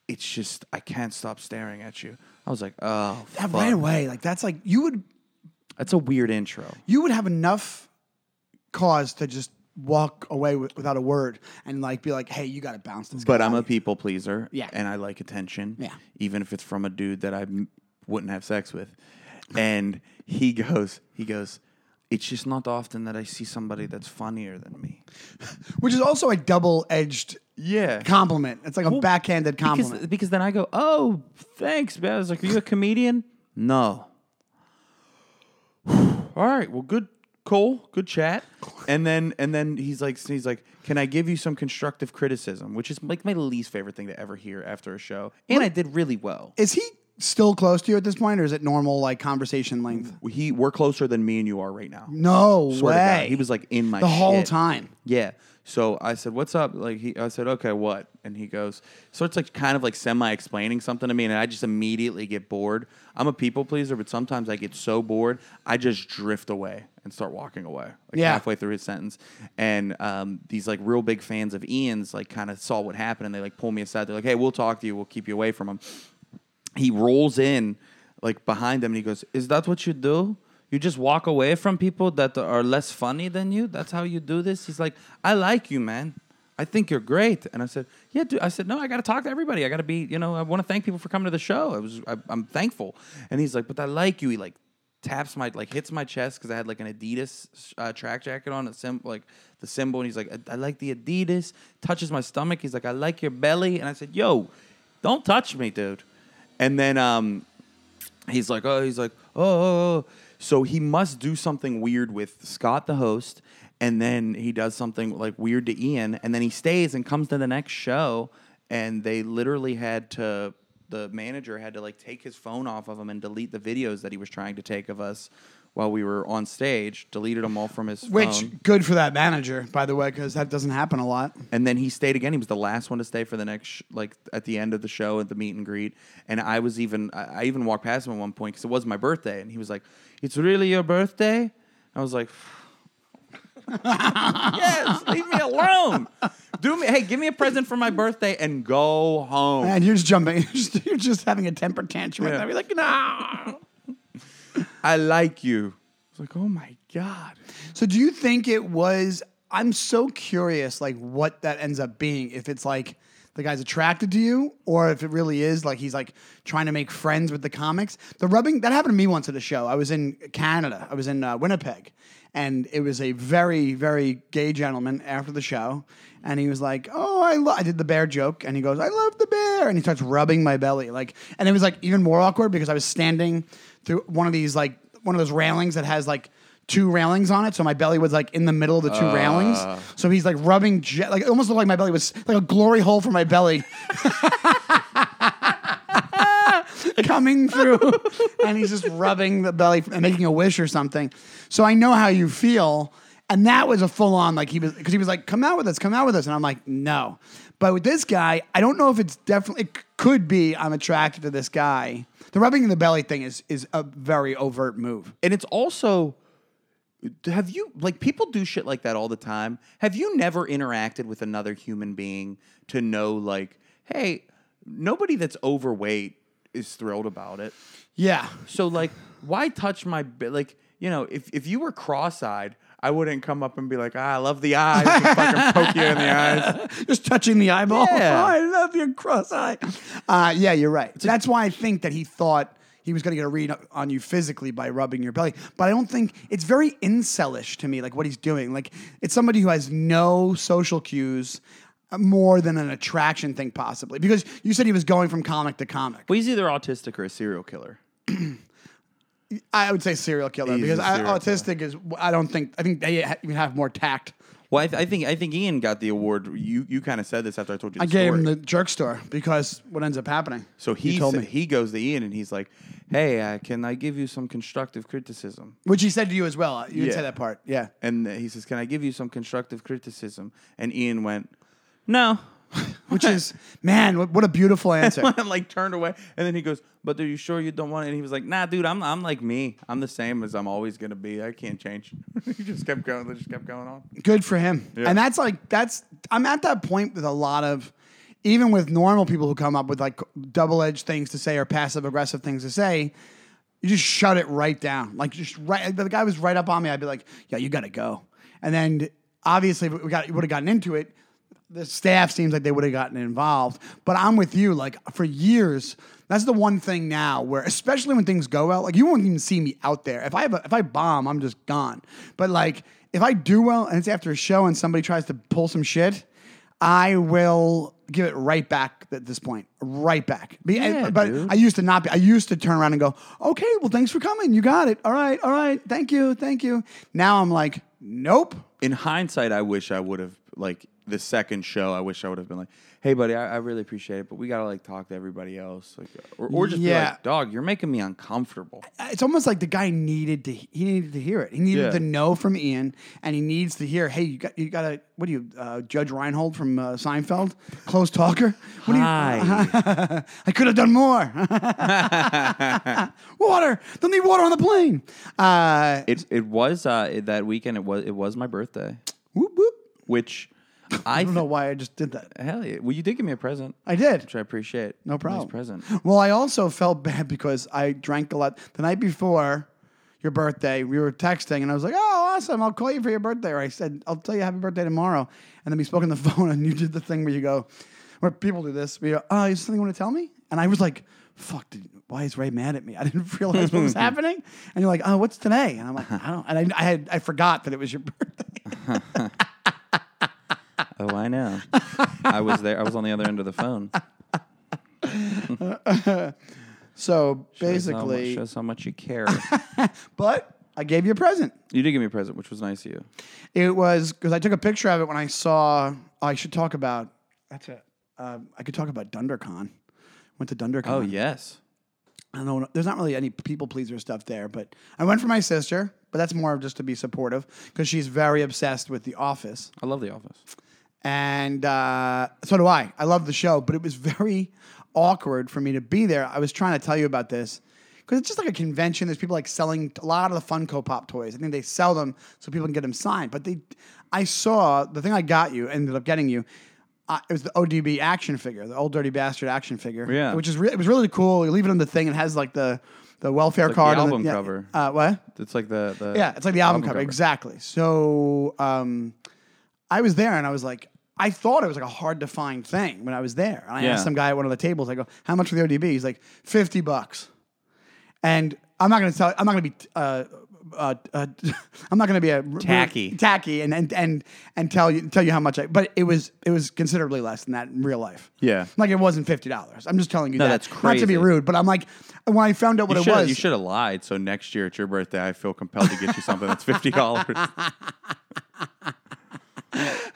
[SPEAKER 1] it's just, I can't stop staring at you. I was like, Oh,
[SPEAKER 2] that
[SPEAKER 1] fuck.
[SPEAKER 2] right away. Like that's like you would
[SPEAKER 1] That's a weird intro.
[SPEAKER 2] you would have enough cause to just walk away with, without a word and like be like, hey, you got to bounce this.
[SPEAKER 1] But um,
[SPEAKER 2] guy
[SPEAKER 1] I'm a
[SPEAKER 2] out.
[SPEAKER 1] people pleaser.
[SPEAKER 2] Yeah.
[SPEAKER 1] And I like attention.
[SPEAKER 2] Yeah.
[SPEAKER 1] Even if it's from a dude that I m- wouldn't have sex with. And he goes, He goes, It's just not often that I see somebody that's funnier than me.
[SPEAKER 2] which is also a double edged
[SPEAKER 1] Yeah.
[SPEAKER 2] compliment. It's like a backhanded compliment.
[SPEAKER 1] Because, because then I go, oh, thanks, man. I was like, are you a comedian? no. [sighs] All right. Well, good, cool, good chat. And then and then he's like he's like, can I give you some constructive criticism? Which is like my least favorite thing to ever hear after a show. And I did really well.
[SPEAKER 2] is he still close to you at this point, or is it normal like conversation length?
[SPEAKER 1] He we're closer than me and you are right now.
[SPEAKER 2] No
[SPEAKER 1] Mm. Swear to God.
[SPEAKER 2] way.
[SPEAKER 1] He was like in my
[SPEAKER 2] the whole
[SPEAKER 1] shit.
[SPEAKER 2] time.
[SPEAKER 1] Yeah. So I said, "What's up?" Like he, I said, "Okay, what?" And he goes, starts like kind of like semi-explaining something to me, and I just immediately get bored. I'm a people pleaser, but sometimes I get so bored, I just drift away and start walking away, like
[SPEAKER 2] Yeah.
[SPEAKER 1] halfway through his sentence. And um, these like real big fans of Ian's like kind of saw what happened, and they like pull me aside. They're like, "Hey, we'll talk to you. We'll keep you away from him." He rolls in like behind them, and he goes, "Is that what you do?" You just walk away from people that are less funny than you. That's how you do this. He's like, I like you, man. I think you're great. And I said, Yeah, dude. I said, No, I got to talk to everybody. I got to be, you know, I want to thank people for coming to the show. I was, I, I'm thankful. And he's like, But I like you. He like taps my, like hits my chest because I had like an Adidas uh, track jacket on, a sim, like the symbol. And he's like, I, I like the Adidas. Touches my stomach. He's like, I like your belly. And I said, Yo, don't touch me, dude. And then, um, he's like, oh, he's like, oh, oh, oh. so he must do something weird with Scott, the host, and then he does something like weird to Ian, and then he stays and comes to the next show, and they literally had to. The manager had to like take his phone off of him and delete the videos that he was trying to take of us while we were on stage. Deleted them all from his
[SPEAKER 2] Which
[SPEAKER 1] phone,
[SPEAKER 2] good for that manager, by the way, because that doesn't happen a lot.
[SPEAKER 1] and then he stayed again. He was the last one to stay for the next, sh- like at the end of the show at the meet and greet. And I was even, I I even walked past him at one point because it was my birthday, and he was like, "It's really your birthday?" I was like, [laughs] "Yes, leave me alone. Do me, hey, give me a present for my birthday and go home."
[SPEAKER 2] And you're just jumping. You're just, you're just having a temper tantrum.
[SPEAKER 1] Yeah.
[SPEAKER 2] And I'd be like, no.
[SPEAKER 1] I like you. I was like, "Oh my god."
[SPEAKER 2] So do you think it was I'm so curious like what that ends up being if it's like the guy's attracted to you or if it really is like he's like trying to make friends with the comics. The rubbing that happened to me once at a show. I was in Canada. I was in uh, Winnipeg and it was a very very gay gentleman after the show and he was like, "Oh, I lo-, I did the bear joke." And he goes, "I love the bear." And he starts rubbing my belly like and it was like even more awkward because I was standing through one of these like one of those railings that has like two railings on it, so my belly was like in the middle of the two railings. So he's like rubbing, je- like it almost looked like my belly was like a glory hole for my belly. [laughs] Coming through, and he's just rubbing the belly and making a wish or something. So I know how you feel, and that was a full on like he was because he was like, "Come out with us, come out with us," and I'm like, "No." But with this guy, I don't know if it's definitely it c- could be I'm attracted to this guy. The rubbing the belly thing is is a very overt move.
[SPEAKER 1] And it's also have you like people do shit like that all the time? Have you never interacted with another human being to know like, hey, nobody that's overweight is thrilled about it.
[SPEAKER 2] Yeah.
[SPEAKER 1] So like, why touch my bi- like? You know, if if you were cross-eyed, I wouldn't come up and be like, ah, I love the eyes, and fucking poke you in
[SPEAKER 2] [laughs]
[SPEAKER 1] the eyes.
[SPEAKER 2] Just touching the eyeball. [laughs]
[SPEAKER 1] Yeah.
[SPEAKER 2] Oh, I love your cross eye. Uh, yeah, you're right. That's why I think that he thought he was going to get a read on you physically by rubbing your belly. But I don't think it's very incelish to me, like what he's doing. Like it's somebody who has no social cues uh, more than an attraction thing, possibly. Because you said he was going from comic to comic.
[SPEAKER 1] Well, he's either autistic or a serial killer.
[SPEAKER 2] I would say serial killer
[SPEAKER 1] He's a
[SPEAKER 2] because I,
[SPEAKER 1] serial
[SPEAKER 2] autistic is, I don't think, I think they ha- even have more tact.
[SPEAKER 1] Well, I, th- I think I think Ian got the award. You you kind of said this after I told you. The
[SPEAKER 2] I gave him
[SPEAKER 1] story.
[SPEAKER 2] the jerk store because what ends up happening.
[SPEAKER 1] So he,
[SPEAKER 2] told
[SPEAKER 1] sa-
[SPEAKER 2] me.
[SPEAKER 1] he goes to Ian and he's like, "Hey, uh, can I give you some constructive criticism?"
[SPEAKER 2] Which he said to you as well. You didn't
[SPEAKER 1] Yeah.
[SPEAKER 2] say that part. Yeah.
[SPEAKER 1] And he says, "Can I give you some constructive criticism?" And Ian went, "No." [laughs]
[SPEAKER 2] Which is, man, what, what a beautiful answer.
[SPEAKER 1] and like turned away, and then he goes, "But are you sure you don't want?" It? And he was like, "Nah, dude, I'm I'm like me. I'm the same as I'm always gonna be. I can't change." [laughs] he just kept going. They just kept going on.
[SPEAKER 2] Good for him.
[SPEAKER 1] Yeah.
[SPEAKER 2] And that's like, that's, I'm at that point with a lot of, even with normal people who come up with like double edged things to say or passive aggressive things to say, you just shut it right down. Like, just right, if the guy was right up on me. I'd be like, yeah, you got to go. And then obviously, if we got, would have gotten into it. The staff seems like they would have gotten involved. But I'm with you. Like, for years, that's the one thing now where, especially when things go well, like, you won't even see me out there. If I have a, if I bomb, I'm just gone. But like, if I do well and it's after a show and somebody tries to pull some shit, I will give it right back at this point, right back. Be-
[SPEAKER 1] Yeah,
[SPEAKER 2] but
[SPEAKER 1] dude.
[SPEAKER 2] I used to not be. I used to turn around and go, "Okay, well, thanks for coming. You got it. All right, all right. Thank you, thank you." Now I'm like, "Nope."
[SPEAKER 1] in hindsight, I wish I would have like the second show. I wish I would have been like, "Hey, buddy, I, I really appreciate it, but we gotta like talk to everybody else, like, or, or just be
[SPEAKER 2] Yeah.
[SPEAKER 1] like, dog, you're making me uncomfortable."
[SPEAKER 2] It's almost like the guy needed to. He needed to hear it. He needed
[SPEAKER 1] Yeah.
[SPEAKER 2] to know from Ian, and he needs to hear, "Hey, you got you got to what do you uh, Judge Reinhold from uh, Seinfeld, close talker? What do you,
[SPEAKER 1] Hi.
[SPEAKER 2] [laughs] I could have done
[SPEAKER 1] [laughs]
[SPEAKER 2] more. [laughs] water. They'll need water on the plane. Uh,
[SPEAKER 1] it it was uh, it- that weekend. It was it was my birthday,
[SPEAKER 2] whoop whoop.
[SPEAKER 1] which I,
[SPEAKER 2] I don't
[SPEAKER 1] th-
[SPEAKER 2] know why I just did that.
[SPEAKER 1] hell yeah. Well, you did give me a present,
[SPEAKER 2] I did.
[SPEAKER 1] which I appreciate.
[SPEAKER 2] No problem.
[SPEAKER 1] Nice present.
[SPEAKER 2] Well, I also felt [laughs] bad because I drank a lot the night before your birthday. We were texting, and I was like, "Oh, awesome! I'll call you for your birthday." Or I said, "I'll tell you happy birthday tomorrow." And then we spoke on the [laughs] phone, and you did the thing where you go, where people do this. We go, "Oh, is something you want to tell me?" And I was like, "Fuck! Did, why is Ray mad at me? I didn't [laughs] realize
[SPEAKER 1] [laughs]
[SPEAKER 2] what was happening." And you're like, "Oh, what's today?" And I'm like, "I don't." And I, I had I forgot that it was your [laughs] birthday.
[SPEAKER 1] Oh, I know.
[SPEAKER 2] [laughs]
[SPEAKER 1] I was there. I was on the other end of the phone.
[SPEAKER 2] So
[SPEAKER 1] Shows how mu-
[SPEAKER 2] basically,
[SPEAKER 1] shows how much you care.
[SPEAKER 2] but I gave you a present.
[SPEAKER 1] you did give me a present, which was nice of you.
[SPEAKER 2] It was because I took a picture of it when I saw. oh, I should talk about. That's it. Um, I could talk about DunderCon. Went to DunderCon.
[SPEAKER 1] Oh yes.
[SPEAKER 2] I don't know. There's not really any people pleaser stuff there, but I went for my sister. But that's more of just to be supportive because she's very obsessed with The Office,
[SPEAKER 1] I love The Office.
[SPEAKER 2] and uh, so do I. I love the show, but it was very awkward for me to be there. I was trying to tell you about this because it's just like a convention. There's people like selling a lot of the Funko Pop toys. I think they sell them so people can get them signed. But they, I saw the thing I got you ended up getting you. Uh, it was the ODB action figure, the old dirty bastard action figure.
[SPEAKER 1] Yeah.
[SPEAKER 2] which is re- it was really cool. You leave it on the thing. It has like the the welfare card and
[SPEAKER 1] album
[SPEAKER 2] yeah,
[SPEAKER 1] cover.
[SPEAKER 2] Uh, what?
[SPEAKER 1] It's like the, the
[SPEAKER 2] Yeah, it's like the album, cover. Exactly. So um, I was there and I was like, I thought it was like a hard to find thing when I was there. And I
[SPEAKER 1] Yeah.
[SPEAKER 2] asked some guy at one of the tables, I go, how much for the ODB? He's like, 50 bucks. And I'm not going to tell, I'm not going to be uh, uh, uh, [laughs] I'm not going to be a
[SPEAKER 1] Tacky.
[SPEAKER 2] tacky, and and and and tell you tell you how much I. But it was it was considerably less than that in real life.
[SPEAKER 1] Yeah.
[SPEAKER 2] like it wasn't fifty dollars. I'm just telling you.
[SPEAKER 1] No,
[SPEAKER 2] that.
[SPEAKER 1] that's
[SPEAKER 2] Not to be
[SPEAKER 1] crazy.
[SPEAKER 2] rude, but I'm like when I found out what
[SPEAKER 1] You
[SPEAKER 2] it
[SPEAKER 1] should,
[SPEAKER 2] was.
[SPEAKER 1] you should have lied. So next year at your birthday, I feel compelled to get you something that's fifty
[SPEAKER 2] [laughs]
[SPEAKER 1] dollars.
[SPEAKER 2] [laughs]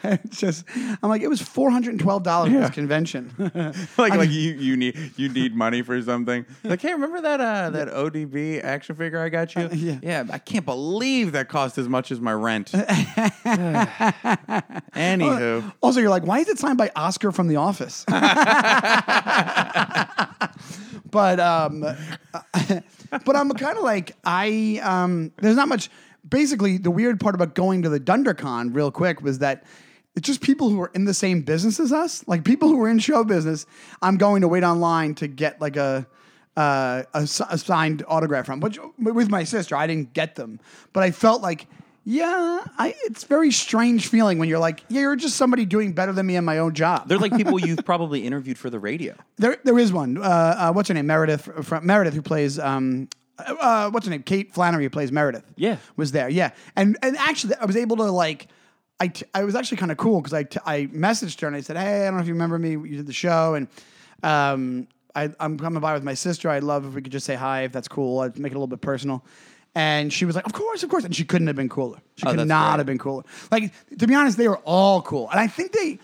[SPEAKER 2] it's just I'm like it was four hundred and twelve dollars at
[SPEAKER 1] Yeah.
[SPEAKER 2] this convention.
[SPEAKER 1] [laughs] like like you, you need you need money for something. Like hey, remember that uh, that ODB action figure I got you?
[SPEAKER 2] yeah.
[SPEAKER 1] Uh, yeah. I can't believe that cost as much as my [laughs] rent. [sighs] Anywho,
[SPEAKER 2] Also, you're like, why is it signed by Oscar from The Office? [laughs] but um, but I'm kind of like I um, there's not much. Basically, the weird part about going to the DunderCon real quick was that it's just people who are in the same business as us, like people who are in show business. I'm going to wait online to get like a. Uh, a, s- a signed autograph from, which with my sister, I didn't get them, but I felt like, yeah, I, it's very strange feeling when you're like, yeah, you're just somebody doing better than me in my own job.
[SPEAKER 1] they're like people you've probably interviewed for the radio.
[SPEAKER 2] There, there is one. Uh, uh, what's her name? Meredith from Meredith, who plays. Um, uh, uh, what's her name? Kate Flannery, who plays Meredith.
[SPEAKER 3] Yeah.
[SPEAKER 2] was there. Yeah, and and actually, I was able to like. I, t- I was actually kind of cool because I, t- I messaged her and I said, Hey, I don't know if you remember me. You did the show, and um, I, I'm coming by with my sister. I'd love if we could just say hi, if that's cool. I'd make it a little bit personal. And she was like, Of course, of course. And she couldn't have been cooler. She
[SPEAKER 1] Oh,
[SPEAKER 2] could
[SPEAKER 1] that's
[SPEAKER 2] not
[SPEAKER 1] great.
[SPEAKER 2] have been cooler. Like, to be honest, they were all cool. And I think they,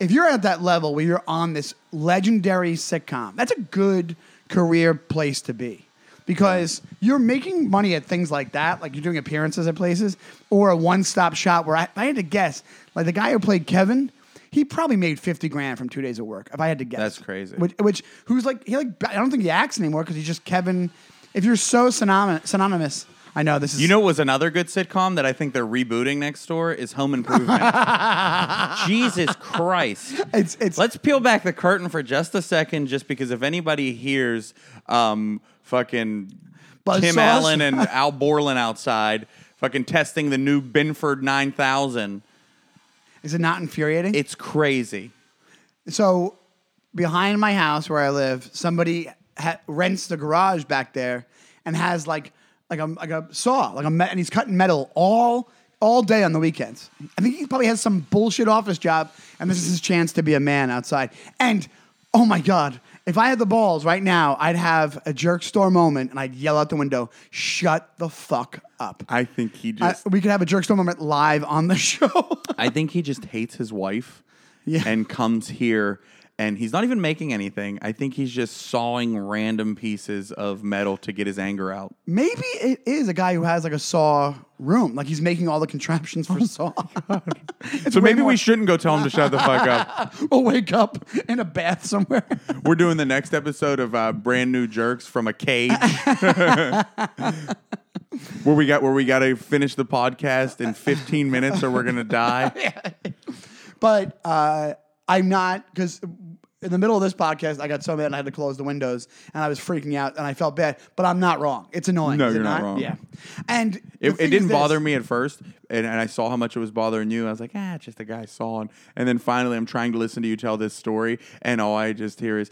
[SPEAKER 2] if you're at that level where you're on this legendary sitcom, that's a good career place to be because you're making money at things like that, like you're doing appearances at places or a one stop shop where I, if I had to guess, like the guy who played Kevin. He probably made fifty grand from two days of work. If I had to guess,
[SPEAKER 1] That's crazy.
[SPEAKER 2] Which, which who's like he like I don't think he acts anymore because he's just Kevin. If you're so synonymous, synonymous, I know this is
[SPEAKER 1] You know, what was another good sitcom that I think they're rebooting next door is Home [laughs] Improvement. Jesus Christ!
[SPEAKER 2] it's it's
[SPEAKER 1] Let's peel back the curtain for just a second, just because if anybody hears um, fucking
[SPEAKER 2] Buzz
[SPEAKER 1] Tim
[SPEAKER 2] saws?
[SPEAKER 1] Allen and Al Borland outside fucking testing the new Benford 9000,
[SPEAKER 2] is it not infuriating?
[SPEAKER 1] it's crazy.
[SPEAKER 2] So behind my house where I live, somebody ha- rents the garage back there and has like like a like a saw, like a me- and he's cutting metal all all day on the weekends. I think he probably has some bullshit office job, and this is his chance to be a man outside. And oh my god. If I had the balls right now, I'd have a jerk store moment and I'd yell out the window, shut the fuck up.
[SPEAKER 1] I think he
[SPEAKER 2] I-
[SPEAKER 1] just,
[SPEAKER 2] we could have a jerk store moment live on the [laughs] show.
[SPEAKER 1] I, think he just hates his wife,
[SPEAKER 2] Yeah.
[SPEAKER 1] and comes here. And he's not even making anything. I think he's just sawing random pieces of metal to get his anger out.
[SPEAKER 2] Maybe it is a guy who has like a saw room. Like he's making all the contraptions for
[SPEAKER 1] [laughs]
[SPEAKER 2] saw. It's
[SPEAKER 1] So
[SPEAKER 2] way
[SPEAKER 1] maybe
[SPEAKER 2] more-
[SPEAKER 1] we shouldn't go tell him to shut the fuck up.
[SPEAKER 2] We'll wake up in a bath somewhere.
[SPEAKER 1] We're doing the next episode of uh, Brand New Jerks from a cage. [laughs] where we got where we got to finish the podcast in 15 minutes or we're going
[SPEAKER 2] [laughs]
[SPEAKER 1] to die.
[SPEAKER 2] [laughs] but uh, I'm not because in the middle of this podcast, I got so mad and I had to close the windows and I was freaking out and I felt bad. But I'm not wrong. It's annoying.
[SPEAKER 1] No,
[SPEAKER 2] is it
[SPEAKER 1] you're not wrong.
[SPEAKER 2] Yeah, and the
[SPEAKER 1] It,
[SPEAKER 2] thing
[SPEAKER 1] it
[SPEAKER 2] is
[SPEAKER 1] didn't
[SPEAKER 2] this-
[SPEAKER 1] bother me at first and, and I saw how much it was bothering you. I was like, "Ah, it's just a guy sawing." And then finally I'm trying to listen to you tell this story and all I just hear is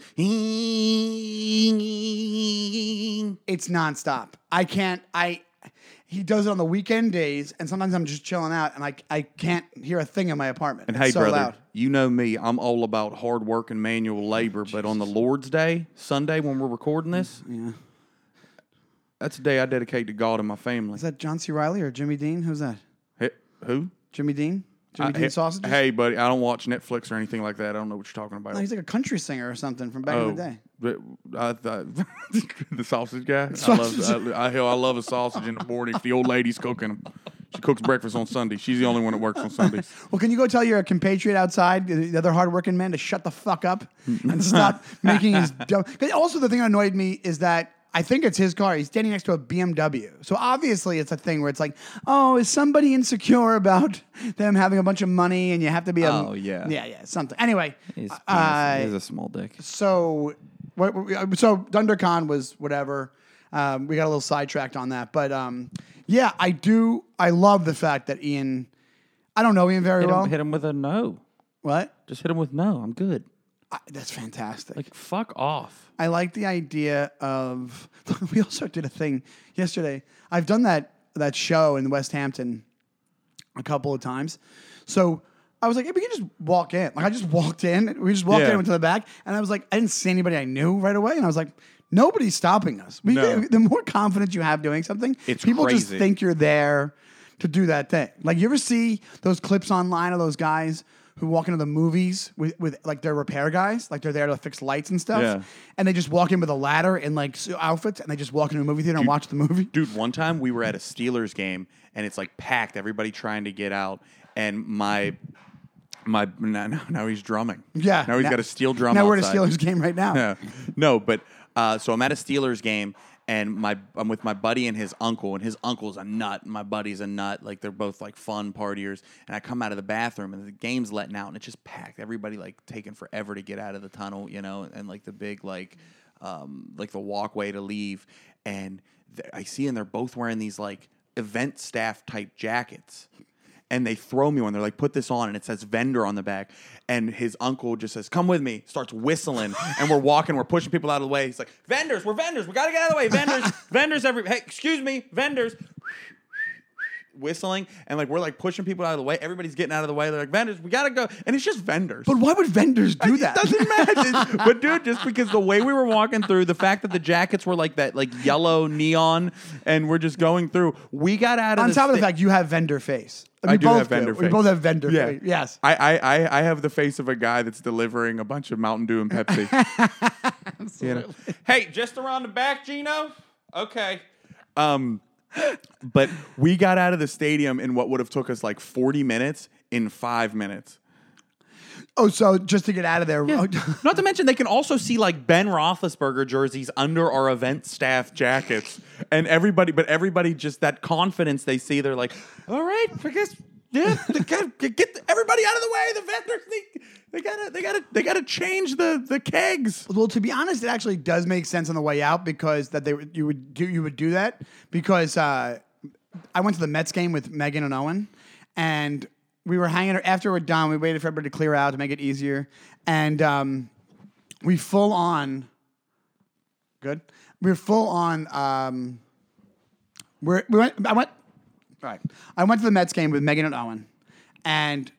[SPEAKER 2] it's nonstop. I can't. I he does it on the weekend days, and sometimes I'm just chilling out, and I I can't hear a thing in my apartment.
[SPEAKER 1] And
[SPEAKER 2] It's
[SPEAKER 1] hey,
[SPEAKER 2] so
[SPEAKER 1] brother,
[SPEAKER 2] loud.
[SPEAKER 1] you know me. I'm all about hard work and manual labor. But on the Lord's Day, Sunday, when we're recording this, yeah, that's a day I dedicate to God and my family.
[SPEAKER 2] Is that John C. Riley or Jimmy Dean? Who's that?
[SPEAKER 1] Hey, who?
[SPEAKER 2] Jimmy Dean? Jimmy
[SPEAKER 1] I-
[SPEAKER 2] Dean
[SPEAKER 1] Uh, hey-
[SPEAKER 2] sausages?
[SPEAKER 1] Hey, buddy, I don't watch Netflix or anything like that. I don't know what you're talking about. Oh,
[SPEAKER 2] No, he's like a country singer or something from back in the day.
[SPEAKER 1] But I thought [laughs] the sausage guy. I
[SPEAKER 2] Sausage.
[SPEAKER 1] love, I, I, hell, I love a sausage in the morning. If the old lady's cooking 'em. she cooks breakfast on Sunday. She's the only one that works
[SPEAKER 2] [laughs]
[SPEAKER 1] on Sundays.
[SPEAKER 2] Well, can you go tell your compatriot outside, the other hardworking man, to shut the fuck up
[SPEAKER 1] [laughs]
[SPEAKER 2] and stop making his dumb. 'Cause Also, the thing that annoyed me is that I think it's his car. He's standing next to a BMW. So obviously, it's a thing where it's like, oh, is somebody insecure about them having a bunch of money and you have to be a.
[SPEAKER 1] Oh, yeah.
[SPEAKER 2] Yeah, yeah, something. Anyway. uh,
[SPEAKER 3] He's,
[SPEAKER 2] I-
[SPEAKER 3] he's a small dick.
[SPEAKER 2] so what, what we- uh, so DunderCon was whatever. Um, we got a little sidetracked on that, but um, yeah, I do. I love the fact that Ian. I don't know Ian very
[SPEAKER 3] Hit
[SPEAKER 2] well.
[SPEAKER 3] him, hit him with a no.
[SPEAKER 2] What?
[SPEAKER 3] Just hit him with no. I'm good.
[SPEAKER 2] I, that's fantastic.
[SPEAKER 3] Like fuck off.
[SPEAKER 2] [laughs] I like the idea of. we also did a thing yesterday. I've done that that show in West Hampton a couple of times. So I was like, hey, we can just walk in. Like I just [laughs] walked in. We just walked
[SPEAKER 1] Yeah.
[SPEAKER 2] in, went to the back, and I was like, I didn't see anybody I knew right away, and I was like. Nobody's stopping us. We,
[SPEAKER 1] No.
[SPEAKER 2] The more confidence you have doing something,
[SPEAKER 1] It's
[SPEAKER 2] people just
[SPEAKER 1] crazy.
[SPEAKER 2] think think you're there to do that thing. Like you ever see those clips online of those guys who walk into the movies with, with like their repair guys, like they're there to fix lights and stuff,
[SPEAKER 1] Yeah.
[SPEAKER 2] and they just walk in with a ladder and like s- outfits, and they just walk into a movie theater and watch the movie. [laughs]
[SPEAKER 1] Dude, one time we were at a Steelers game and it's like packed, everybody trying to get out, and my my now, now- now he's drumming.
[SPEAKER 2] Yeah.
[SPEAKER 1] Now he's got a steel drum.
[SPEAKER 2] Now
[SPEAKER 1] outside.
[SPEAKER 2] we're at a Steelers game right now.
[SPEAKER 1] Yeah. [laughs] No, but uh, so I'm at a Steelers game and my I'm with my buddy and his uncle and his uncle's a nut and my buddy's a nut like they're both like fun partiers and I come out of the bathroom and the game's letting out and it's just packed everybody like taking forever to get out of the tunnel you know and, like the big like um, like the walkway to leave and th- I see and they're both wearing these like event staff type jackets and they throw me one. They're like, put this on, and it says vendor on the back. And his uncle just says, come with me, starts whistling, and we're walking, we're pushing people out of the way. He's like, vendors, we're vendors, we gotta get out of the
[SPEAKER 2] [laughs]
[SPEAKER 1] way, vendors, vendors, every, hey, excuse me, vendors. Whistling, and like we're like pushing people out of the way. Everybody's getting out of the way. They're like, vendors, we gotta go. And it's just vendors.
[SPEAKER 2] But why would vendors do
[SPEAKER 1] It
[SPEAKER 2] that?
[SPEAKER 1] [laughs] doesn't matter. but dude, just because the way we were walking through, the fact that the jackets were like that, like yellow neon, and we're just going through, we got out
[SPEAKER 2] [laughs]
[SPEAKER 1] of
[SPEAKER 2] On
[SPEAKER 1] this
[SPEAKER 2] top of the
[SPEAKER 1] thing-
[SPEAKER 2] fact, you have vendor face.
[SPEAKER 1] I
[SPEAKER 2] We
[SPEAKER 1] do
[SPEAKER 2] both
[SPEAKER 1] have vendor
[SPEAKER 2] We
[SPEAKER 1] face.
[SPEAKER 2] both have vendor
[SPEAKER 1] Yeah.
[SPEAKER 2] face. Yes.
[SPEAKER 1] I, I, I, I have the face of a guy that's delivering a bunch of Mountain Dew and [laughs] Pepsi. You know? Hey, just around the back, Gino. Okay. Um, but we got out of the stadium in what would have took us like 40 minutes in five minutes.
[SPEAKER 2] Oh, so just to get out of there.
[SPEAKER 1] Not to mention, they can also see like Ben Roethlisberger jerseys under our event staff jackets, and everybody. But everybody just that confidence they see, they're like, "All right, I guess, yeah, the, [laughs] get, get the- everybody out of the way. The vendors, they, they gotta, they gotta, they gotta change the the kegs."
[SPEAKER 2] [laughs] Well, to be honest, it actually does make sense on the way out because that they would- you would do you would do that because uh, I went to the Mets game with Megan and Owen, and we were hanging after we're done. We waited for everybody to clear out to make it easier, and um, we full on good. We were full on. Um, we're, we went. I went. All right. I went to the Mets game with Megan and Owen, and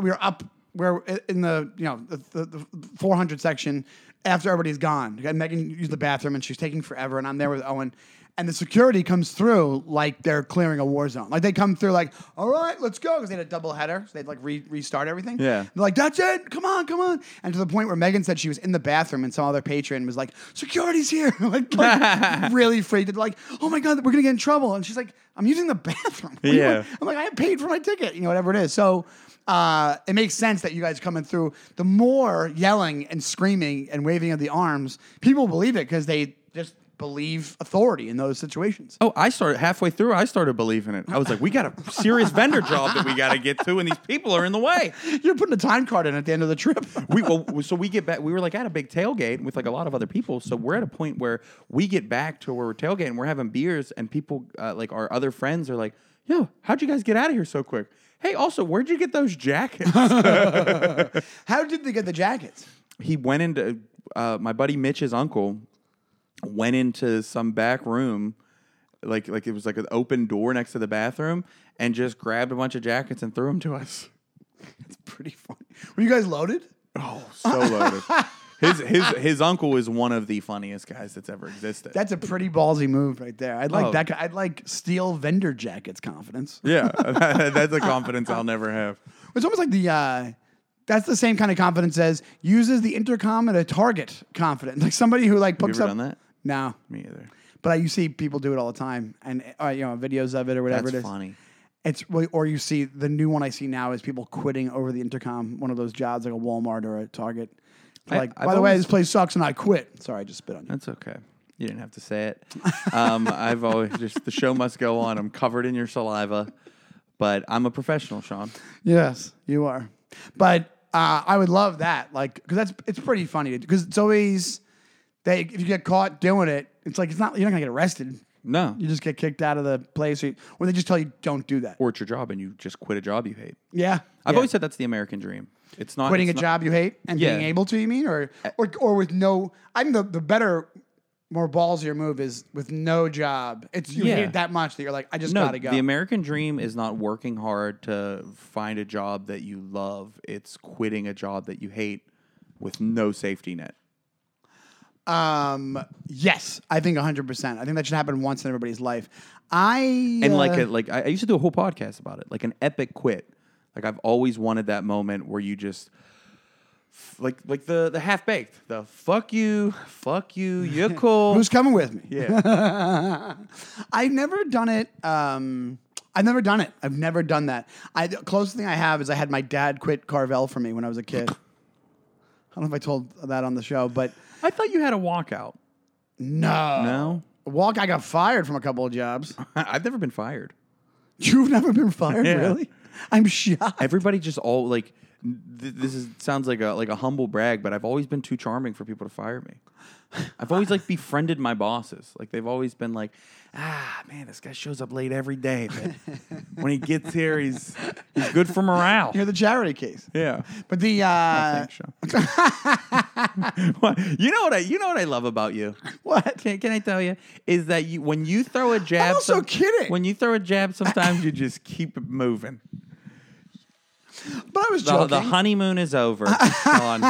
[SPEAKER 2] we were up. We're in the you know the, the, the 400 section after everybody's gone. And Megan used the bathroom and she's taking forever, and I'm there with Owen. And the security comes through like they're clearing a war zone. Like they come through like, all right, let's go, because they had a double header, so they'd like re- restart everything.
[SPEAKER 1] Yeah.
[SPEAKER 2] They're like, that's it, come on, come on. And to the point where Megan said she was in the bathroom and some other patron was like, security's here, [laughs] like, like really freaked. out, Like, oh my god, we're gonna get in trouble. And she's like, I'm using the [laughs] bathroom. What do you
[SPEAKER 1] Yeah.
[SPEAKER 2] want? I'm like, I paid for my ticket, you know, whatever it is. So uh, it makes sense that you guys coming through. The more yelling and screaming and waving of the arms, people believe it because they just believe authority in those situations. [laughs]
[SPEAKER 1] Oh, I started halfway through. I started believing it. I was like, "We got a serious vendor job that we got to get to, and these people are in the way."
[SPEAKER 2] You're putting a time card in at the end of the trip. [laughs]
[SPEAKER 1] we well, so we get back. We were like at a big tailgate with like a lot of other people. So we're at a point where we get back to where we're tailgating. We're having beers, and people uh, like our other friends are like, "Yo, how'd you guys get out of here so quick?" Hey, also, where'd you get those jackets?
[SPEAKER 2] How did they get the jackets?
[SPEAKER 1] he went into uh, my buddy Mitch's uncle went into some back room, like like it was like an open door next to the bathroom, and just grabbed a bunch of jackets and threw them to us.
[SPEAKER 2] It's pretty funny. Were you guys loaded?
[SPEAKER 1] Oh,
[SPEAKER 2] [laughs]
[SPEAKER 1] so loaded. His, his his uncle is one of the funniest guys that's ever existed.
[SPEAKER 2] That's a pretty ballsy move right there. I'd like
[SPEAKER 1] Oh.
[SPEAKER 2] that. ki- I'd like steel vendor jackets confidence.
[SPEAKER 1] Yeah, [laughs] that's a confidence I'll never have.
[SPEAKER 2] It's almost like the. Uh, that's the same kind of confidence as uses the intercom at a target confidence. [laughs] Like somebody who like picks
[SPEAKER 1] ever
[SPEAKER 2] up.
[SPEAKER 1] done that?
[SPEAKER 2] No,
[SPEAKER 1] Me either.
[SPEAKER 2] but I, you see people do it all the time, and uh, you know videos of it or whatever
[SPEAKER 1] That's
[SPEAKER 2] it is.
[SPEAKER 1] funny.
[SPEAKER 2] It's well, or you see the new one I see now is people quitting over the intercom, one of those jobs like a Walmart or a Target.
[SPEAKER 1] I-
[SPEAKER 2] Like,
[SPEAKER 1] I've
[SPEAKER 2] by the way,
[SPEAKER 1] always-
[SPEAKER 2] this place sucks, and I quit. Sorry, I just spit on you.
[SPEAKER 1] That's okay. You didn't have to say it.
[SPEAKER 2] [laughs]
[SPEAKER 1] Um, I've always just the show must go on. I'm covered in your saliva, but I'm a professional, Sean.
[SPEAKER 2] Yes, you are. But uh, I would love that, like, because that's it's pretty funny because it's always they if you get caught doing it, it's like it's not you're not gonna get arrested.
[SPEAKER 1] No,
[SPEAKER 2] You just get kicked out of the place, or, you- or they just tell you don't do that.
[SPEAKER 1] or it's your job, and you just quit a job you hate.
[SPEAKER 2] yeah,
[SPEAKER 1] I've
[SPEAKER 2] yeah.
[SPEAKER 1] always said that's the American dream. It's not
[SPEAKER 2] quitting a
[SPEAKER 1] it's not-
[SPEAKER 2] job you hate and
[SPEAKER 1] Yeah.
[SPEAKER 2] being able to. You mean, or or or with no? I'm the the better more ballsier move is with no job. It's you
[SPEAKER 1] Yeah.
[SPEAKER 2] hate it that much that you're like, I just
[SPEAKER 1] No,
[SPEAKER 2] gotta go.
[SPEAKER 1] the American dream is not working hard to find a job that you love. It's quitting a job that you hate with no safety net.
[SPEAKER 2] um, yes, I think 100. percent I think that should happen once in everybody's life. I
[SPEAKER 1] And like
[SPEAKER 2] uh,
[SPEAKER 1] a, like I, I used to do a whole podcast about it, like an epic quit. Like I've always wanted that moment where you just f- like like the the half baked, the fuck you, fuck
[SPEAKER 2] [laughs]
[SPEAKER 1] you, you're cool.
[SPEAKER 2] Who's coming with me?
[SPEAKER 1] yeah.
[SPEAKER 2] [laughs] I've never done it. Um, I've never done it. I've never done that. I the closest thing I have is I had my dad quit Carvel for me when I was a kid. I don't know if I told that on the show, but
[SPEAKER 1] I thought you had a walkout.
[SPEAKER 2] no,
[SPEAKER 1] No.
[SPEAKER 2] Walk. I got fired from a couple of jobs. [laughs]
[SPEAKER 1] I've never been fired.
[SPEAKER 2] You've never been fired,
[SPEAKER 1] Yeah.
[SPEAKER 2] really? I'm shocked.
[SPEAKER 1] Everybody just all like th- this is sounds like a like a humble brag, but I've always been too charming for people to fire me. I've always like befriended my bosses. Like they've always been like, ah man, this guy shows up late every day. But when he gets here, he's he's good for [laughs] morale.
[SPEAKER 2] You're the charity case.
[SPEAKER 1] Yeah. Oh,
[SPEAKER 2] But the uh,
[SPEAKER 1] Thanks, Sean. What- you know what I you know what I love about you?
[SPEAKER 2] what?
[SPEAKER 1] Can, can I tell you? Is that you when you throw a jab
[SPEAKER 2] also kidding.
[SPEAKER 1] When you throw a jab sometimes you just keep it moving.
[SPEAKER 2] But I was
[SPEAKER 1] The,
[SPEAKER 2] joking.
[SPEAKER 1] the honeymoon is over. [laughs] Sean.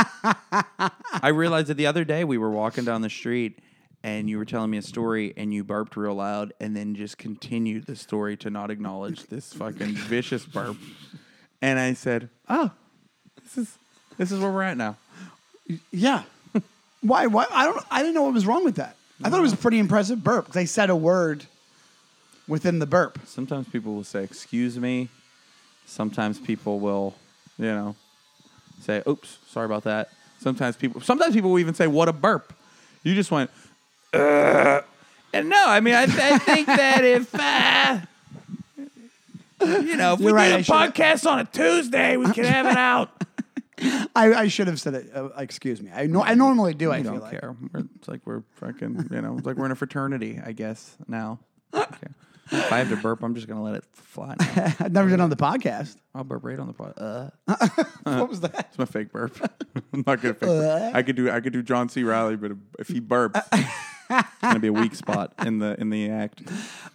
[SPEAKER 1] I realized that the other day we were walking down the street and you were telling me a story and you burped real loud and then just continued the story to not [laughs] acknowledge this fucking vicious burp. And I said, "Oh, this is this is where we're at now."
[SPEAKER 2] yeah. Why? Why? I don't. I didn't know what was wrong with that. I thought it was a pretty impressive burp because I said a word within the burp.
[SPEAKER 1] Sometimes people will say, "Excuse me." Sometimes people will, you know, say, "Oops, sorry about that." Sometimes people, sometimes people will even say, "What a burp!" You just went, "Ugh." and no, I mean, I, I think that if, uh, you know, if we
[SPEAKER 2] You're right,
[SPEAKER 1] did
[SPEAKER 2] I
[SPEAKER 1] a
[SPEAKER 2] should've-
[SPEAKER 1] podcast on a Tuesday, we could have it out.
[SPEAKER 2] I, I should have said it. Uh, excuse me. I know. I normally do. I
[SPEAKER 1] I
[SPEAKER 2] feel
[SPEAKER 1] don't
[SPEAKER 2] like.
[SPEAKER 1] care. We're, it's like we're fucking, you know, it's like we're in a fraternity, I guess. Now, okay. if I have to burp, I'm just gonna let it fly. Now.
[SPEAKER 2] [laughs] I've never done it on the podcast.
[SPEAKER 1] I'll burp right on the pod. Uh.
[SPEAKER 2] what was that?
[SPEAKER 1] It's my fake burp. [laughs] I'm not gonna fake. burp. I could do I could do John C. Riley, but if he burps, it's gonna be a weak spot in the in the act.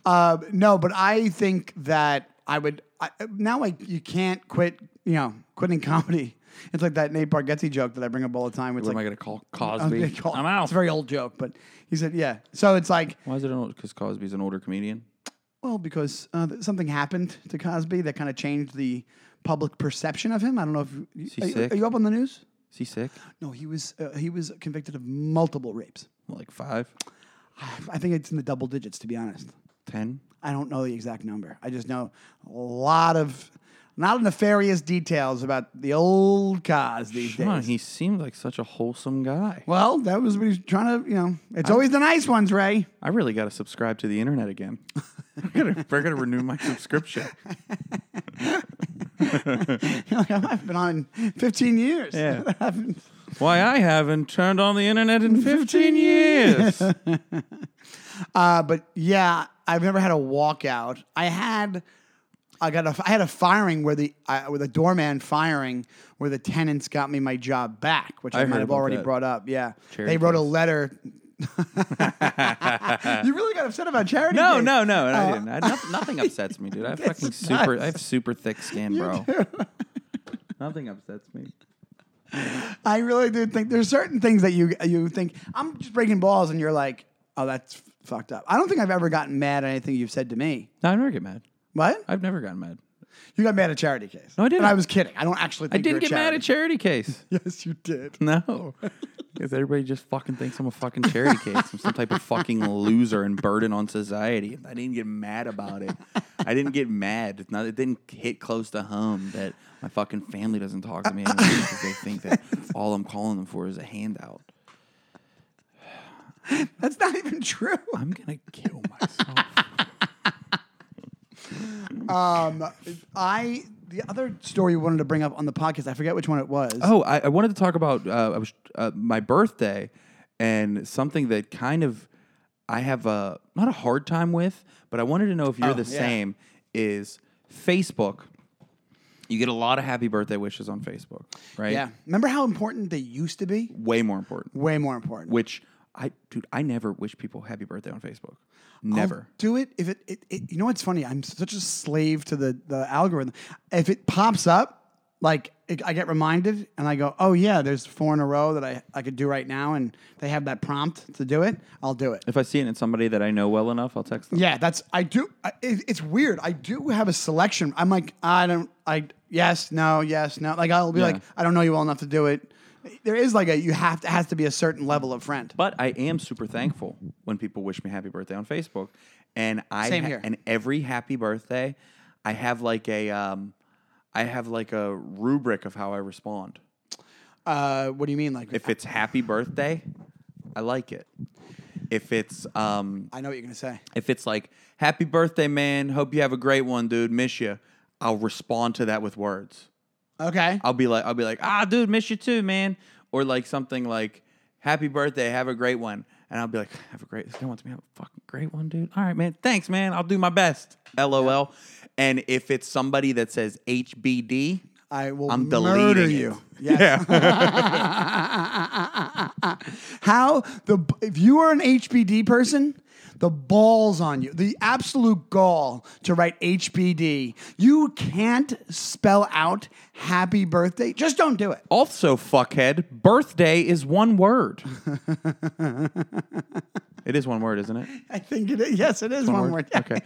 [SPEAKER 2] Uh, no, but I think that I would I, now. I you can't quit. You know, quitting [laughs] comedy. It's like that Nate Bargatze joke that I bring up all the time. It's
[SPEAKER 1] What am I
[SPEAKER 2] like
[SPEAKER 1] gonna call
[SPEAKER 2] I'm
[SPEAKER 1] Cosby?
[SPEAKER 2] gonna call-
[SPEAKER 3] I'm out.
[SPEAKER 2] It's [laughs] a very old joke, but he said, yeah. So it's like,
[SPEAKER 1] Why is it an old? Because Cosby's an older comedian.
[SPEAKER 2] well, because uh, th- something happened to Cosby that kind of changed the public perception of him. I don't know if you,
[SPEAKER 1] he
[SPEAKER 2] are, you-
[SPEAKER 1] sick?
[SPEAKER 2] are you up on the news?
[SPEAKER 1] Is he sick?
[SPEAKER 2] No, he was uh, he was convicted of multiple rapes. [sighs]
[SPEAKER 1] Like five,
[SPEAKER 2] I think it's in the double digits, to be honest.
[SPEAKER 1] ten?
[SPEAKER 2] I don't know the exact number. I just know a lot of not nefarious details about the old Cos these
[SPEAKER 1] Sean,
[SPEAKER 2] days.
[SPEAKER 1] he seemed like such a wholesome guy.
[SPEAKER 2] well, that was what he's trying to, you know. It's always the nice ones, Ray. [laughs]
[SPEAKER 1] I really got to subscribe to the internet again. [laughs] I'm gonna, we're gonna renew my subscription.
[SPEAKER 2] I've been on 15 years.
[SPEAKER 1] Yeah.
[SPEAKER 2] [laughs] That happens.
[SPEAKER 1] Why I haven't turned on the internet in 15 years?
[SPEAKER 2] Uh, but yeah, I've never had a walkout. I had, I got a, I had a firing where the uh, with a doorman firing where the tenants got me my job back, which I,
[SPEAKER 1] I
[SPEAKER 2] might
[SPEAKER 1] heard
[SPEAKER 2] have
[SPEAKER 1] about
[SPEAKER 2] already
[SPEAKER 1] that.
[SPEAKER 2] brought up. Yeah,
[SPEAKER 1] Charity
[SPEAKER 2] they wrote a
[SPEAKER 1] case. [laughs]
[SPEAKER 2] letter. you really got upset about charity?
[SPEAKER 1] No,
[SPEAKER 2] case.
[SPEAKER 1] no, no, no, I didn't. I, noth- nothing upsets me, dude. I have fucking super. I have super thick skin, bro. nothing upsets me.
[SPEAKER 2] I really do think there's certain things that you you think I'm just breaking balls, and you're like, oh, that's f- fucked up. I don't think I've ever gotten mad at anything you've said to me.
[SPEAKER 1] No, I never get mad.
[SPEAKER 2] What?
[SPEAKER 1] [laughs] I've never gotten mad.
[SPEAKER 2] You got mad at charity case?
[SPEAKER 1] No, I didn't.
[SPEAKER 2] And I was kidding. I don't actually.
[SPEAKER 1] I
[SPEAKER 2] Think
[SPEAKER 1] didn't get mad at charity case.
[SPEAKER 2] mad at. [laughs] Yes, you did.
[SPEAKER 1] No, because everybody just fucking thinks I'm a fucking charity case. I'm some type of fucking [laughs] loser and burden on society. I didn't get mad about it. I didn't get mad. It's not. It didn't hit close to home that my fucking family doesn't talk to me anymore because they think that all I'm calling them for is a handout.
[SPEAKER 2] That's not even true.
[SPEAKER 1] I'm gonna kill myself.
[SPEAKER 2] Um, I the other story you wanted to bring up on the podcast, I forget which one it was.
[SPEAKER 1] Oh, I, I wanted to talk about uh, I was, uh, my birthday and something that kind of I have a not a hard time with, but I wanted to know if you're the
[SPEAKER 2] yeah.
[SPEAKER 1] same. Is Facebook? You get a lot of happy birthday wishes on Facebook, right?
[SPEAKER 2] yeah. Remember how important they used to be?
[SPEAKER 1] way more important.
[SPEAKER 2] Way more important.
[SPEAKER 1] Which I dude, I never wish people happy birthday on Facebook. Never.
[SPEAKER 2] I'll do it if it, it, it. You know what's funny? I'm such a slave to the the algorithm. If it pops up, like it, I get reminded, and I go, "Oh yeah, there's four in a row that I I could do right now," and they have that prompt to do it. I'll do it.
[SPEAKER 1] if I see it in somebody that I know well enough, I'll text them.
[SPEAKER 2] Yeah, that's I do. I, it, it's weird. I do have a selection. I'm like, I don't. I yes, no, yes, no. Like I'll be like, I don't know you well enough to do it. There is like a you have to has to be a certain level of friend.
[SPEAKER 1] But I am super thankful when people wish me happy birthday on Facebook, and I
[SPEAKER 2] Same here.
[SPEAKER 1] and every happy birthday, I have like a um, I have like a rubric of how I respond.
[SPEAKER 2] Uh, what do you mean? Like
[SPEAKER 1] If it's happy birthday, I like it. If it's um,
[SPEAKER 2] I know what you're gonna say.
[SPEAKER 1] if it's like happy birthday, man, hope you have a great one, dude, miss you, I'll respond to that with words.
[SPEAKER 2] Okay.
[SPEAKER 1] I'll be like, I'll be like, ah, dude, miss you too, man. Or like something like, happy birthday, have a great one. And I'll be like, have a great, this guy wants me to have a fucking great one, dude. All right, man. Thanks, man. I'll do my best. LOL. And if it's somebody that says HBD,
[SPEAKER 2] I will
[SPEAKER 1] I'm
[SPEAKER 2] murder
[SPEAKER 1] deleting [laughs]
[SPEAKER 2] you.
[SPEAKER 1] it.
[SPEAKER 2] Yes. [laughs] How the if you are an HBD person, the balls on you, the absolute gall to write HBD. You can't spell out happy birthday. Just don't do it.
[SPEAKER 1] also fuckhead, birthday is one [laughs] word. it is one word, isn't it?
[SPEAKER 2] I think it is. Yes, it is one, word.
[SPEAKER 1] Okay.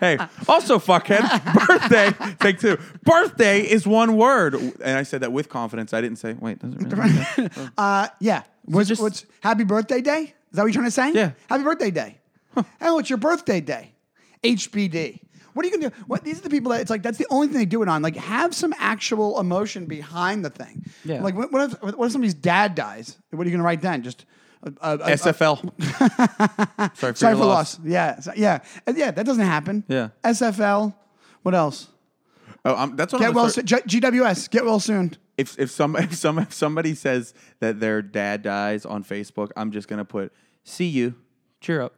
[SPEAKER 1] hey, also fuckhead, birthday, take two. Birthday is one word. And I said that with confidence. I didn't say, wait, does it really?
[SPEAKER 2] [laughs] Uh, yeah. What's,
[SPEAKER 1] just-
[SPEAKER 2] what's happy birthday day? Is that what you're trying to say?
[SPEAKER 1] Yeah.
[SPEAKER 2] Happy birthday day. Oh, it's your birthday day. HBD. What are you gonna do? What these are the people that it's like that's the only thing they do it on. Like have some actual emotion behind the thing.
[SPEAKER 1] Yeah.
[SPEAKER 2] Like what, what if what if somebody's dad dies? What are you gonna write then? Just a, a, a,
[SPEAKER 1] [laughs] SFL. Sorry for,
[SPEAKER 2] sorry
[SPEAKER 1] your
[SPEAKER 2] for loss. Yeah. So- yeah. Uh, Yeah. That doesn't happen.
[SPEAKER 1] Yeah.
[SPEAKER 2] SFL. What else?
[SPEAKER 1] Oh, I'm, that's what
[SPEAKER 2] Get
[SPEAKER 1] I'm
[SPEAKER 2] well.
[SPEAKER 1] well.
[SPEAKER 2] So- J- GWS. Get well soon.
[SPEAKER 1] if if some [laughs] if some if somebody says that their dad dies on Facebook, I'm just gonna put see you, cheer up.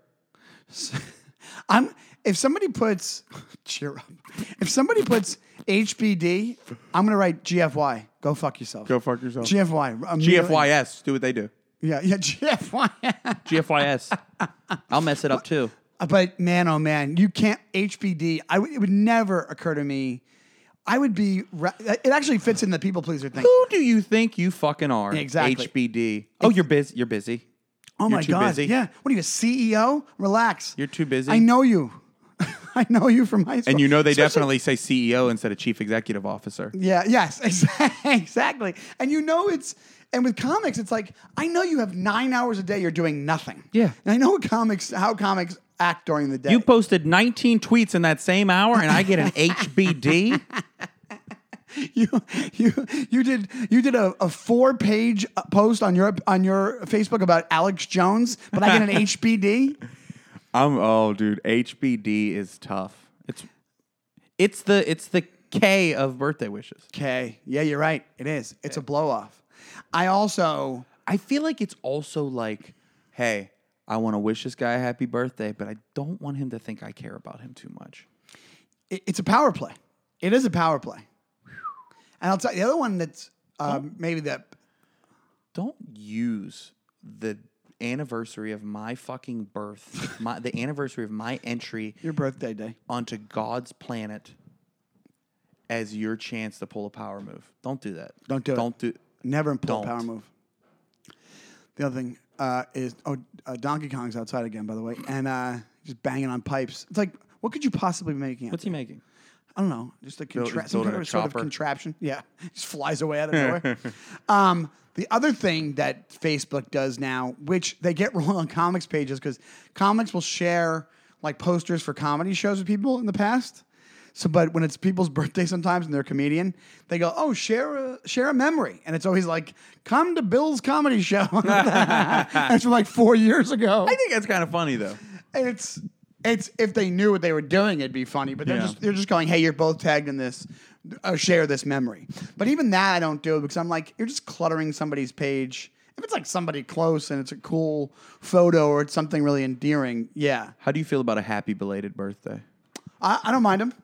[SPEAKER 2] [laughs] I'm if somebody puts [laughs] cheer up. If somebody puts HBD, I'm gonna write GFY. Go fuck yourself.
[SPEAKER 1] Go fuck yourself.
[SPEAKER 2] GFY. immediately.
[SPEAKER 1] GFYS, do what they do.
[SPEAKER 2] Yeah, [laughs] yeah, GFY.
[SPEAKER 1] GFYS. I'll mess it up too.
[SPEAKER 2] but man, oh man, you can't HBD. I would it would never occur to me. I would be. ra- It actually fits in the people pleaser
[SPEAKER 1] [gasps]
[SPEAKER 2] thing.
[SPEAKER 1] Who do you think you fucking are?
[SPEAKER 2] Exactly.
[SPEAKER 1] HBD. Oh, you're busy. You're busy.
[SPEAKER 2] Oh
[SPEAKER 1] You're
[SPEAKER 2] my
[SPEAKER 1] too
[SPEAKER 2] god.
[SPEAKER 1] busy.
[SPEAKER 2] Yeah. What are you, a CEO? Relax.
[SPEAKER 1] You're too busy.
[SPEAKER 2] I know you. [laughs] I know you from high school.
[SPEAKER 1] And you know they
[SPEAKER 2] Especially-
[SPEAKER 1] definitely say CEO instead of chief executive officer.
[SPEAKER 2] Yeah, yes, [laughs] exa- exactly. And you know it's and with comics, it's like I know you have nine hours a day you're doing nothing.
[SPEAKER 1] Yeah.
[SPEAKER 2] And I know comics how comics act during the day.
[SPEAKER 1] You posted 19 tweets in that same hour, and I [laughs] get an HBD.
[SPEAKER 2] [laughs] you you you did you did a, a four page post on your on your Facebook about Alex Jones, but I
[SPEAKER 1] [laughs]
[SPEAKER 2] get an HBD.
[SPEAKER 1] I'm oh dude, HBD is tough. It's it's the it's the K of birthday wishes.
[SPEAKER 2] Okay. Yeah, you're right. It is. It's a blow off. I also
[SPEAKER 1] I feel like it's also like, hey, I want to wish this guy a happy birthday, but I don't want him to think I care about him too much.
[SPEAKER 2] it- it's a power play. It is a power play. And I'll tell you the other one that's
[SPEAKER 1] Oh.
[SPEAKER 2] um, maybe that
[SPEAKER 1] Don't use the anniversary of my fucking birth, [laughs] my the anniversary of my entry
[SPEAKER 2] your birthday day.
[SPEAKER 1] onto God's planet as your chance to pull a power move. Don't do that.
[SPEAKER 2] Don't do it.
[SPEAKER 1] Don't do [laughs]
[SPEAKER 2] Never pull a power
[SPEAKER 1] Don't.
[SPEAKER 2] move. The other thing uh, is oh, uh, Donkey Kong's outside again, by the way, and uh, just banging on pipes. It's like, what could you possibly be making? out
[SPEAKER 1] What's he making?
[SPEAKER 2] I don't know, just a contra-
[SPEAKER 1] he's
[SPEAKER 2] some
[SPEAKER 1] building
[SPEAKER 2] kind of
[SPEAKER 1] a
[SPEAKER 2] a sort of
[SPEAKER 1] chopper.
[SPEAKER 2] contraption. Yeah, [laughs] just flies away out of
[SPEAKER 1] [laughs]
[SPEAKER 2] nowhere. um, the other thing that Facebook does now, which they get [laughs] wrong on comics pages, because comics will share like posters for comedy shows with people in the past. So, but when it's people's [laughs] birthday sometimes and they're a comedian, they go, "Oh, share a share a memory," and it's always like, "Come to Bill's comedy show." [laughs] That's from like four years ago.
[SPEAKER 1] I think that's kind of funny though.
[SPEAKER 2] And it's it's if they knew what they were doing, it'd be funny. But they're
[SPEAKER 1] Yeah.
[SPEAKER 2] just they're just going, hey, you're both tagged in this. Uh, share this memory. But even that, I don't do because I'm like, you're just cluttering somebody's page. If it's like somebody close and it's a cool photo or it's something really endearing, yeah,
[SPEAKER 1] How do you feel about a happy belated birthday?
[SPEAKER 2] I, I don't mind them.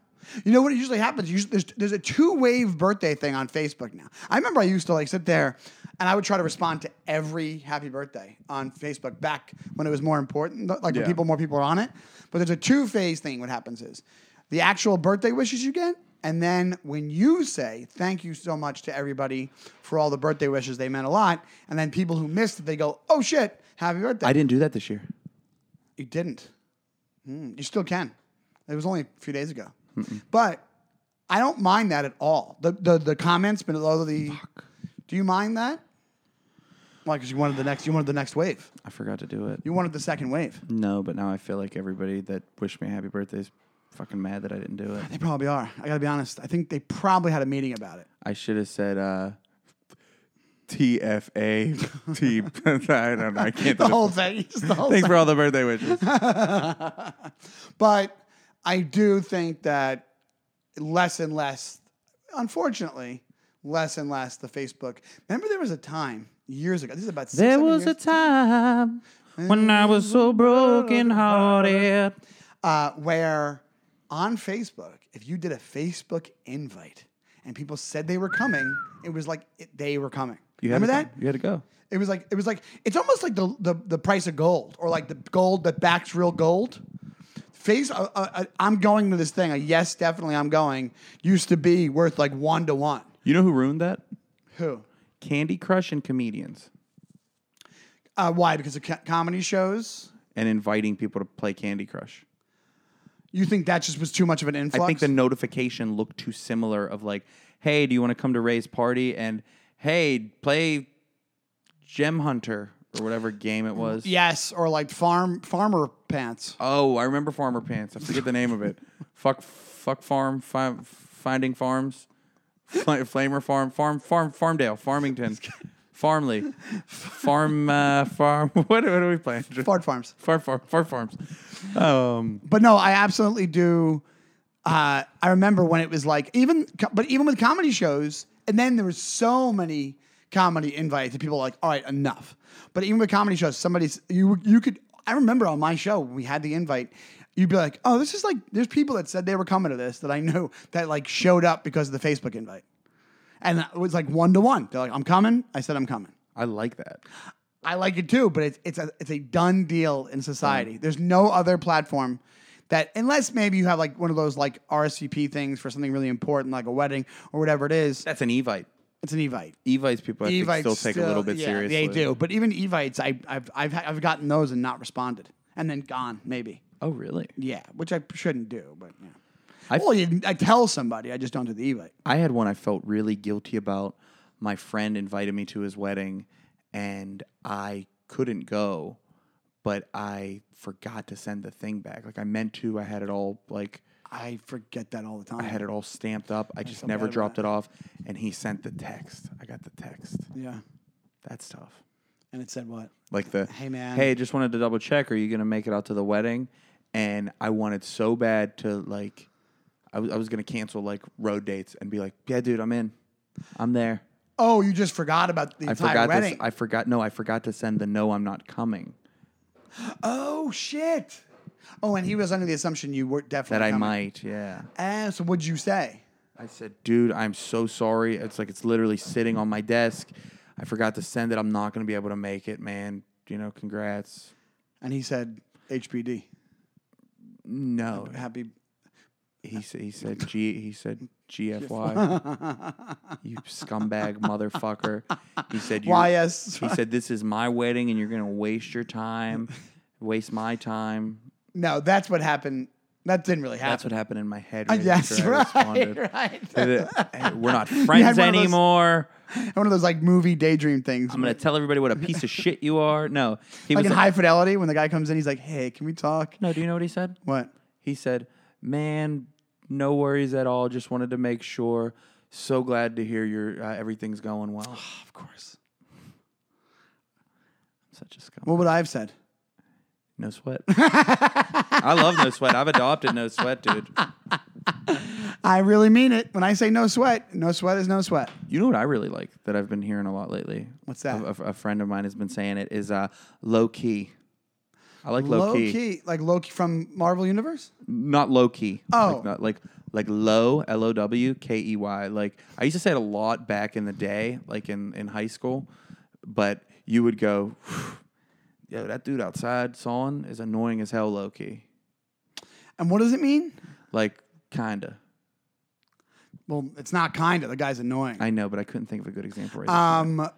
[SPEAKER 2] You know what usually happens? Usually, there's, there's a two wave birthday thing on Facebook now. I remember I used to like sit there and I would try to respond to every happy birthday on Facebook back when it was more important, like when
[SPEAKER 1] Yeah.
[SPEAKER 2] people more people are on it. But there's a two phase thing. What happens is the actual birthday wishes you get. And then when you say thank you so much to everybody for all the birthday wishes, they meant a lot. And then people who missed it, they go, "Oh shit, happy birthday!"
[SPEAKER 1] I didn't do that this year.
[SPEAKER 2] You didn't. Mm, you still can. It was only a few days ago. But I don't mind that at all. The the, the comments below the. Do you mind that? Why? Because you wanted the next. You wanted the next wave.
[SPEAKER 1] I forgot to do it.
[SPEAKER 2] You wanted the second wave.
[SPEAKER 1] No, but now I feel like everybody that wished me a happy birthday is fucking mad that I didn't do it.
[SPEAKER 2] They probably are. I gotta be honest. I think they probably had a meeting about it.
[SPEAKER 1] I should have said uh, TFA. T. [laughs] I don't know. I can't.
[SPEAKER 2] The
[SPEAKER 1] [laughs] do it.
[SPEAKER 2] whole thing. Just the whole
[SPEAKER 1] Thanks
[SPEAKER 2] thing.
[SPEAKER 1] for all Oh, the
[SPEAKER 2] [laughs]
[SPEAKER 1] birthday wishes.
[SPEAKER 2] But I do think that less and less, unfortunately, less and less the Facebook. Remember, there was a time years ago. This is about six,
[SPEAKER 3] There
[SPEAKER 2] seven
[SPEAKER 3] was
[SPEAKER 2] years
[SPEAKER 3] a time when
[SPEAKER 1] Mm-hmm.
[SPEAKER 3] I was so broken hearted.
[SPEAKER 2] uh, where on Facebook, if you did a Facebook invite and people said they were coming, it was like it, they were coming.
[SPEAKER 1] You had
[SPEAKER 2] Remember
[SPEAKER 1] to
[SPEAKER 2] that?
[SPEAKER 1] go. You had to go.
[SPEAKER 2] It was like it was like it's almost like the, the the price of gold or like the gold that backs real gold. Face, uh, uh, uh, I'm going to this thing. A yes, definitely, I'm going. Used to be worth like one to one.
[SPEAKER 1] You know who ruined that?
[SPEAKER 2] Who?
[SPEAKER 1] Candy Crush and comedians
[SPEAKER 2] Uh, why? Because of co- comedy shows.
[SPEAKER 1] and inviting people to play Candy Crush.
[SPEAKER 2] You think that just was too much of an influx?
[SPEAKER 1] I think the notification looked too similar of like, hey, do you want to come to Ray's party? And hey, play Gem Hunter or whatever game
[SPEAKER 2] Mm,
[SPEAKER 1] it was.
[SPEAKER 2] yes, or like farm farmer pants.
[SPEAKER 1] Oh, I remember Farmer Pants. I forget the name of it. Fuck, fuck farm, fi- finding farms, Fl- flamer farm, farm, farm, Farmdale, Farmington, Farmley, farm, uh, farm. [laughs] What, what are we playing?
[SPEAKER 2] Fart farms.
[SPEAKER 1] Farm, farm, farm farms. Um,
[SPEAKER 2] But no, I absolutely do. Uh, I remember when it was like even, but even with comedy shows, and then there was so many comedy invites that people were like, all right, enough. But even with comedy shows, somebody's you you could. I remember on my show we had the invite. You'd be like, oh, this is like there's people that said they were coming to this that I knew that like showed up because of the Facebook invite, and it was like one to one. They're like, I'm coming. I said I'm coming.
[SPEAKER 1] I like that.
[SPEAKER 2] I like it too, but it's it's a it's a done deal in society.
[SPEAKER 1] Mm.
[SPEAKER 2] There's no other platform that unless maybe you have like one of those like RSVP things for something really important, like a wedding or whatever it is.
[SPEAKER 1] That's an Evite.
[SPEAKER 2] It's an Evite.
[SPEAKER 1] Evites people I think
[SPEAKER 2] Evites
[SPEAKER 1] still take a little bit
[SPEAKER 2] yeah,
[SPEAKER 1] seriously.
[SPEAKER 2] They do, but even Evites, I, I've I've ha- I've gotten those and not responded, and then gone maybe.
[SPEAKER 1] Oh, really?
[SPEAKER 2] Yeah, which I shouldn't do, but yeah.
[SPEAKER 1] I-
[SPEAKER 2] well, you, I tell somebody, I just don't do the Evite.
[SPEAKER 1] I had one I felt really guilty about. My friend invited me to his wedding and I couldn't go, but I forgot to send the thing back. Like I meant to, I had it all like
[SPEAKER 2] I forget that all the time.
[SPEAKER 1] I had it all stamped up. I just never dropped it off and he sent the text. I got the text.
[SPEAKER 2] yeah,
[SPEAKER 1] That's tough.
[SPEAKER 2] and it said what?
[SPEAKER 1] Like the
[SPEAKER 2] Hey, man.
[SPEAKER 1] Hey, just wanted to double check. Are you gonna make it out to the wedding? And I wanted so bad to like I was I was gonna cancel like road dates and be like, Yeah, dude, I'm in. I'm there.
[SPEAKER 2] Oh, you just forgot about the
[SPEAKER 1] I
[SPEAKER 2] entire
[SPEAKER 1] forgot
[SPEAKER 2] wedding.
[SPEAKER 1] this. I forgot. No, I forgot to send the no. I'm not coming.
[SPEAKER 2] Oh shit! Oh, and he was under the assumption you were
[SPEAKER 1] That
[SPEAKER 2] definitely
[SPEAKER 1] I
[SPEAKER 2] coming.
[SPEAKER 1] might. Yeah.
[SPEAKER 2] Eh, so what'd you say?
[SPEAKER 1] I said, dude, I'm so sorry. It's like it's literally sitting on my desk. I forgot to send it. I'm not gonna be able to make it, man. You know, congrats.
[SPEAKER 2] And he said, "HPD,
[SPEAKER 1] No,
[SPEAKER 2] happy."
[SPEAKER 1] he said. He said. G. He said.
[SPEAKER 2] [laughs]
[SPEAKER 1] GFY. you scumbag motherfucker. He said. "You're-
[SPEAKER 2] YS.
[SPEAKER 1] He said, this is my wedding, and you're gonna waste your time, waste my time.
[SPEAKER 2] No, that's what happened. That didn't really happen.
[SPEAKER 1] That's what happened [laughs] in my head.
[SPEAKER 2] Uh,
[SPEAKER 1] right
[SPEAKER 2] yes,
[SPEAKER 1] after I
[SPEAKER 2] right,
[SPEAKER 1] responded.
[SPEAKER 2] [laughs] right.
[SPEAKER 1] Hey, we're not
[SPEAKER 2] You had
[SPEAKER 1] friends
[SPEAKER 2] one of those-
[SPEAKER 1] anymore.
[SPEAKER 2] One of those like movie daydream things.
[SPEAKER 1] I'm gonna tell everybody what a piece of shit you are. No, he
[SPEAKER 2] like [laughs]
[SPEAKER 1] was
[SPEAKER 2] in
[SPEAKER 1] like,
[SPEAKER 2] High Fidelity, when the guy comes in, he's like, "Hey, can we talk?"
[SPEAKER 1] no. Do you know what he said?
[SPEAKER 2] What?
[SPEAKER 1] He said, "Man, no worries at all. Just wanted to make sure. So glad to hear your uh, everything's going [sighs] well.
[SPEAKER 2] Of course.
[SPEAKER 1] Such a scum.
[SPEAKER 2] What would I have said?
[SPEAKER 1] No sweat. I love no sweat. I've adopted no sweat, dude.
[SPEAKER 2] I really mean it when I say no sweat. No sweat is no sweat.
[SPEAKER 1] You know what I really like that I've been hearing a lot lately.
[SPEAKER 2] What's that?
[SPEAKER 1] A, a- a friend of mine has been saying it is uh, low key. I like low,
[SPEAKER 2] like Loki from Marvel Universe.
[SPEAKER 1] not low key.
[SPEAKER 2] Oh.
[SPEAKER 1] like, not, like like low L O W K E Y. Like I used to say it a lot back in the day, like in in high school. But you would go, [sighs] yo, that dude outside sawing is annoying as hell, low key.
[SPEAKER 2] And what does it mean?
[SPEAKER 1] Like kinda.
[SPEAKER 2] Well, it's not kind of. The guy's annoying.
[SPEAKER 1] I know, but I couldn't think of a good example right now.
[SPEAKER 2] Um,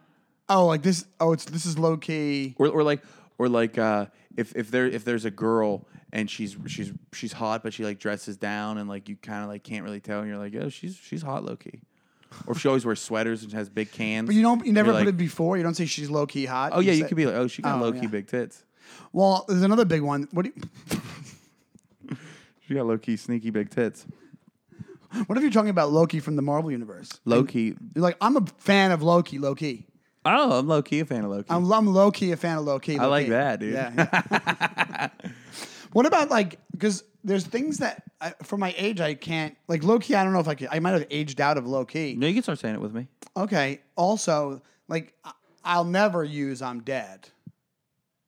[SPEAKER 2] oh, like this. Oh, it's this is low key.
[SPEAKER 1] or, or like or like uh, if if there if there's a girl and she's she's she's hot but she like dresses down and like you kind of like can't really tell and you're like oh she's she's hot low key, or if she always wears sweaters and has big cans.
[SPEAKER 2] But you don't. You never
[SPEAKER 1] you're
[SPEAKER 2] put
[SPEAKER 1] like,
[SPEAKER 2] it before. You don't say she's low key hot.
[SPEAKER 1] Oh yeah, you
[SPEAKER 2] say-
[SPEAKER 1] could be like oh she got
[SPEAKER 2] Oh,
[SPEAKER 1] low key
[SPEAKER 2] yeah.
[SPEAKER 1] big tits.
[SPEAKER 2] Well, there's another big one. What do you, [laughs]
[SPEAKER 1] She got low key sneaky big tits.
[SPEAKER 2] What if you're talking about Loki from the Marvel universe?
[SPEAKER 1] Low key.
[SPEAKER 2] You're like, I'm a fan of Loki. Loki.
[SPEAKER 1] Oh, I'm low key a fan of low key.
[SPEAKER 2] I'm, I'm low key a fan of low key.
[SPEAKER 1] I like that, dude.
[SPEAKER 2] Yeah.
[SPEAKER 1] [laughs]
[SPEAKER 2] yeah. what about like because there's things that I, for my age I can't like low key. I don't know if I could. I might have aged out of low key.
[SPEAKER 1] No, you can start saying it with me.
[SPEAKER 2] Okay. Also, like I- I'll never use I'm dead.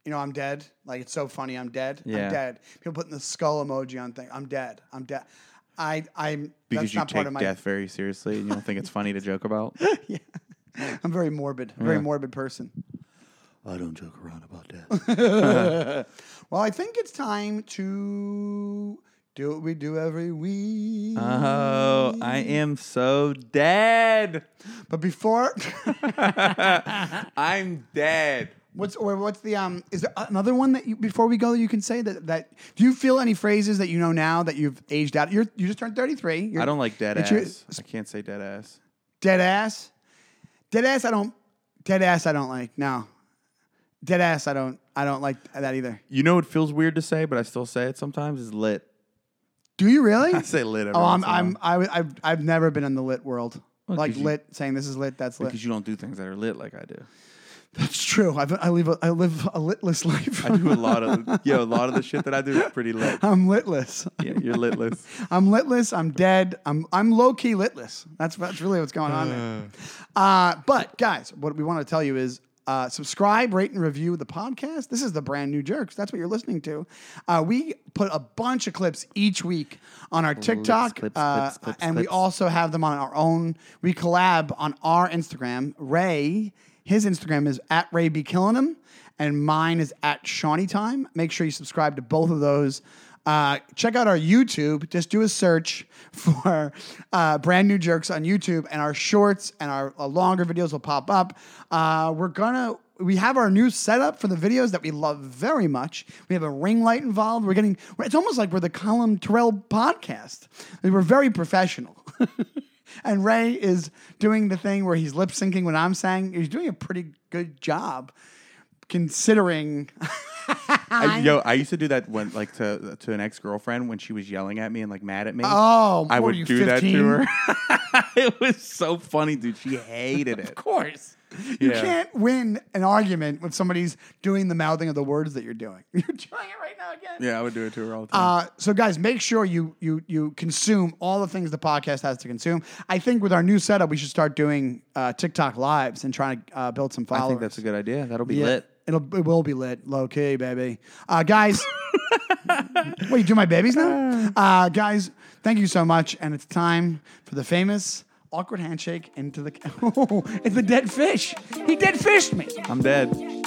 [SPEAKER 2] You know, I'm dead. Like it's so funny. I'm dead.
[SPEAKER 1] Yeah.
[SPEAKER 2] I'm dead. People putting the skull emoji on things. I'm dead. I'm dead. I I'm
[SPEAKER 1] Because
[SPEAKER 2] that's not
[SPEAKER 1] you
[SPEAKER 2] part
[SPEAKER 1] take
[SPEAKER 2] of my
[SPEAKER 1] death very seriously and you don't think it's funny to
[SPEAKER 2] [laughs]
[SPEAKER 1] joke about.
[SPEAKER 2] I'm very morbid. a Very morbid person.
[SPEAKER 1] I don't joke around about death.
[SPEAKER 2] [laughs] Well, I think it's time to do what we do every week.
[SPEAKER 1] oh, I am so dead. [laughs]
[SPEAKER 2] But before, [laughs]
[SPEAKER 1] I'm dead.
[SPEAKER 2] what's or what's the um? Is there another one that you before we go that you can say that that do you feel any phrases that you know now that you've aged out? You're you just turned 33. You're
[SPEAKER 1] I don't like dead
[SPEAKER 2] It's
[SPEAKER 1] ass.
[SPEAKER 2] your-
[SPEAKER 1] I can't say dead ass.
[SPEAKER 2] dead ass. Dead ass. I don't. Dead ass. I don't like. No. Dead ass. I don't. I don't like that either.
[SPEAKER 1] You know it feels weird to say, but I still say it sometimes. Is lit. [laughs]
[SPEAKER 2] Do you really?
[SPEAKER 1] I say lit. Every
[SPEAKER 2] oh, I'm
[SPEAKER 1] once in a
[SPEAKER 2] I'm
[SPEAKER 1] while.
[SPEAKER 2] I, am i am i I've never been in the lit world. like
[SPEAKER 1] 'cause you-
[SPEAKER 2] lit, saying this is lit. That's lit.
[SPEAKER 1] because you don't do things that are lit like I do. [laughs]
[SPEAKER 2] That's true. I've, I live a, I live a litless [laughs] life.
[SPEAKER 1] I do a lot of yo. A lot of the shit that I do is pretty
[SPEAKER 2] [laughs]
[SPEAKER 1] lit.
[SPEAKER 2] I'm litless.
[SPEAKER 1] Yeah, you're litless.
[SPEAKER 2] I'm litless. I'm dead. I'm I'm low key litless. That's that's really what's going on there. Uh, but guys, what we want to tell you is. Uh, subscribe, rate, and review the podcast. This is the brand new jerks. That's what you're listening to. Uh, we put a bunch of clips each week on our TikTok,
[SPEAKER 1] clips,
[SPEAKER 2] uh,
[SPEAKER 1] clips, clips,
[SPEAKER 2] and we
[SPEAKER 1] clips.
[SPEAKER 2] also have them on our own. We collab on our Instagram. Ray, his Instagram is at Ray B Killing Him, and mine is at Shawnee Time. Make sure you subscribe to both of those. Uh, check out our YouTube. Just do a search [laughs] for uh, brand new jerks on YouTube, and our shorts and our, uh, longer videos will pop up. Uh, we're gonna. We have our new setup for the videos that we love very much. We have a ring light involved. We're getting. It's almost like we're the Colin Terrell podcast. We're very professional. [laughs] And Ray is doing the thing where he's lip syncing what I'm saying. He's doing a pretty good job, considering.
[SPEAKER 1] I, yo, I used to do that when like to to an ex girlfriend when she was yelling at me and like mad at me.
[SPEAKER 2] Oh,
[SPEAKER 1] I
[SPEAKER 2] what
[SPEAKER 1] would
[SPEAKER 2] are you,
[SPEAKER 1] do that
[SPEAKER 2] 15?
[SPEAKER 1] to
[SPEAKER 2] [laughs]
[SPEAKER 1] her. [laughs] it was so funny, dude. She hated it.
[SPEAKER 3] Of course.
[SPEAKER 2] You
[SPEAKER 1] Yeah.
[SPEAKER 2] can't win an argument when somebody's doing the mouthing of the words that you're doing. [laughs] You're doing it right now again.
[SPEAKER 1] Yeah, I would do it to her all the
[SPEAKER 2] Uh,
[SPEAKER 1] time.
[SPEAKER 2] so guys, make sure you you you consume all the things the podcast has to consume. I think with our new setup, we should start doing uh, TikTok lives and trying to uh, build some followers.
[SPEAKER 1] I think that's a good idea. That'll be
[SPEAKER 2] Yeah.
[SPEAKER 1] lit.
[SPEAKER 2] It'll it will be lit, low key, baby. Uh,
[SPEAKER 1] [laughs]
[SPEAKER 2] guys, wait, do my babies now? Uh, guys, thank you so much, and it's time for the famous [laughs] awkward handshake into the. Oh, it's the dead fish. He dead fished me.
[SPEAKER 1] I'm dead.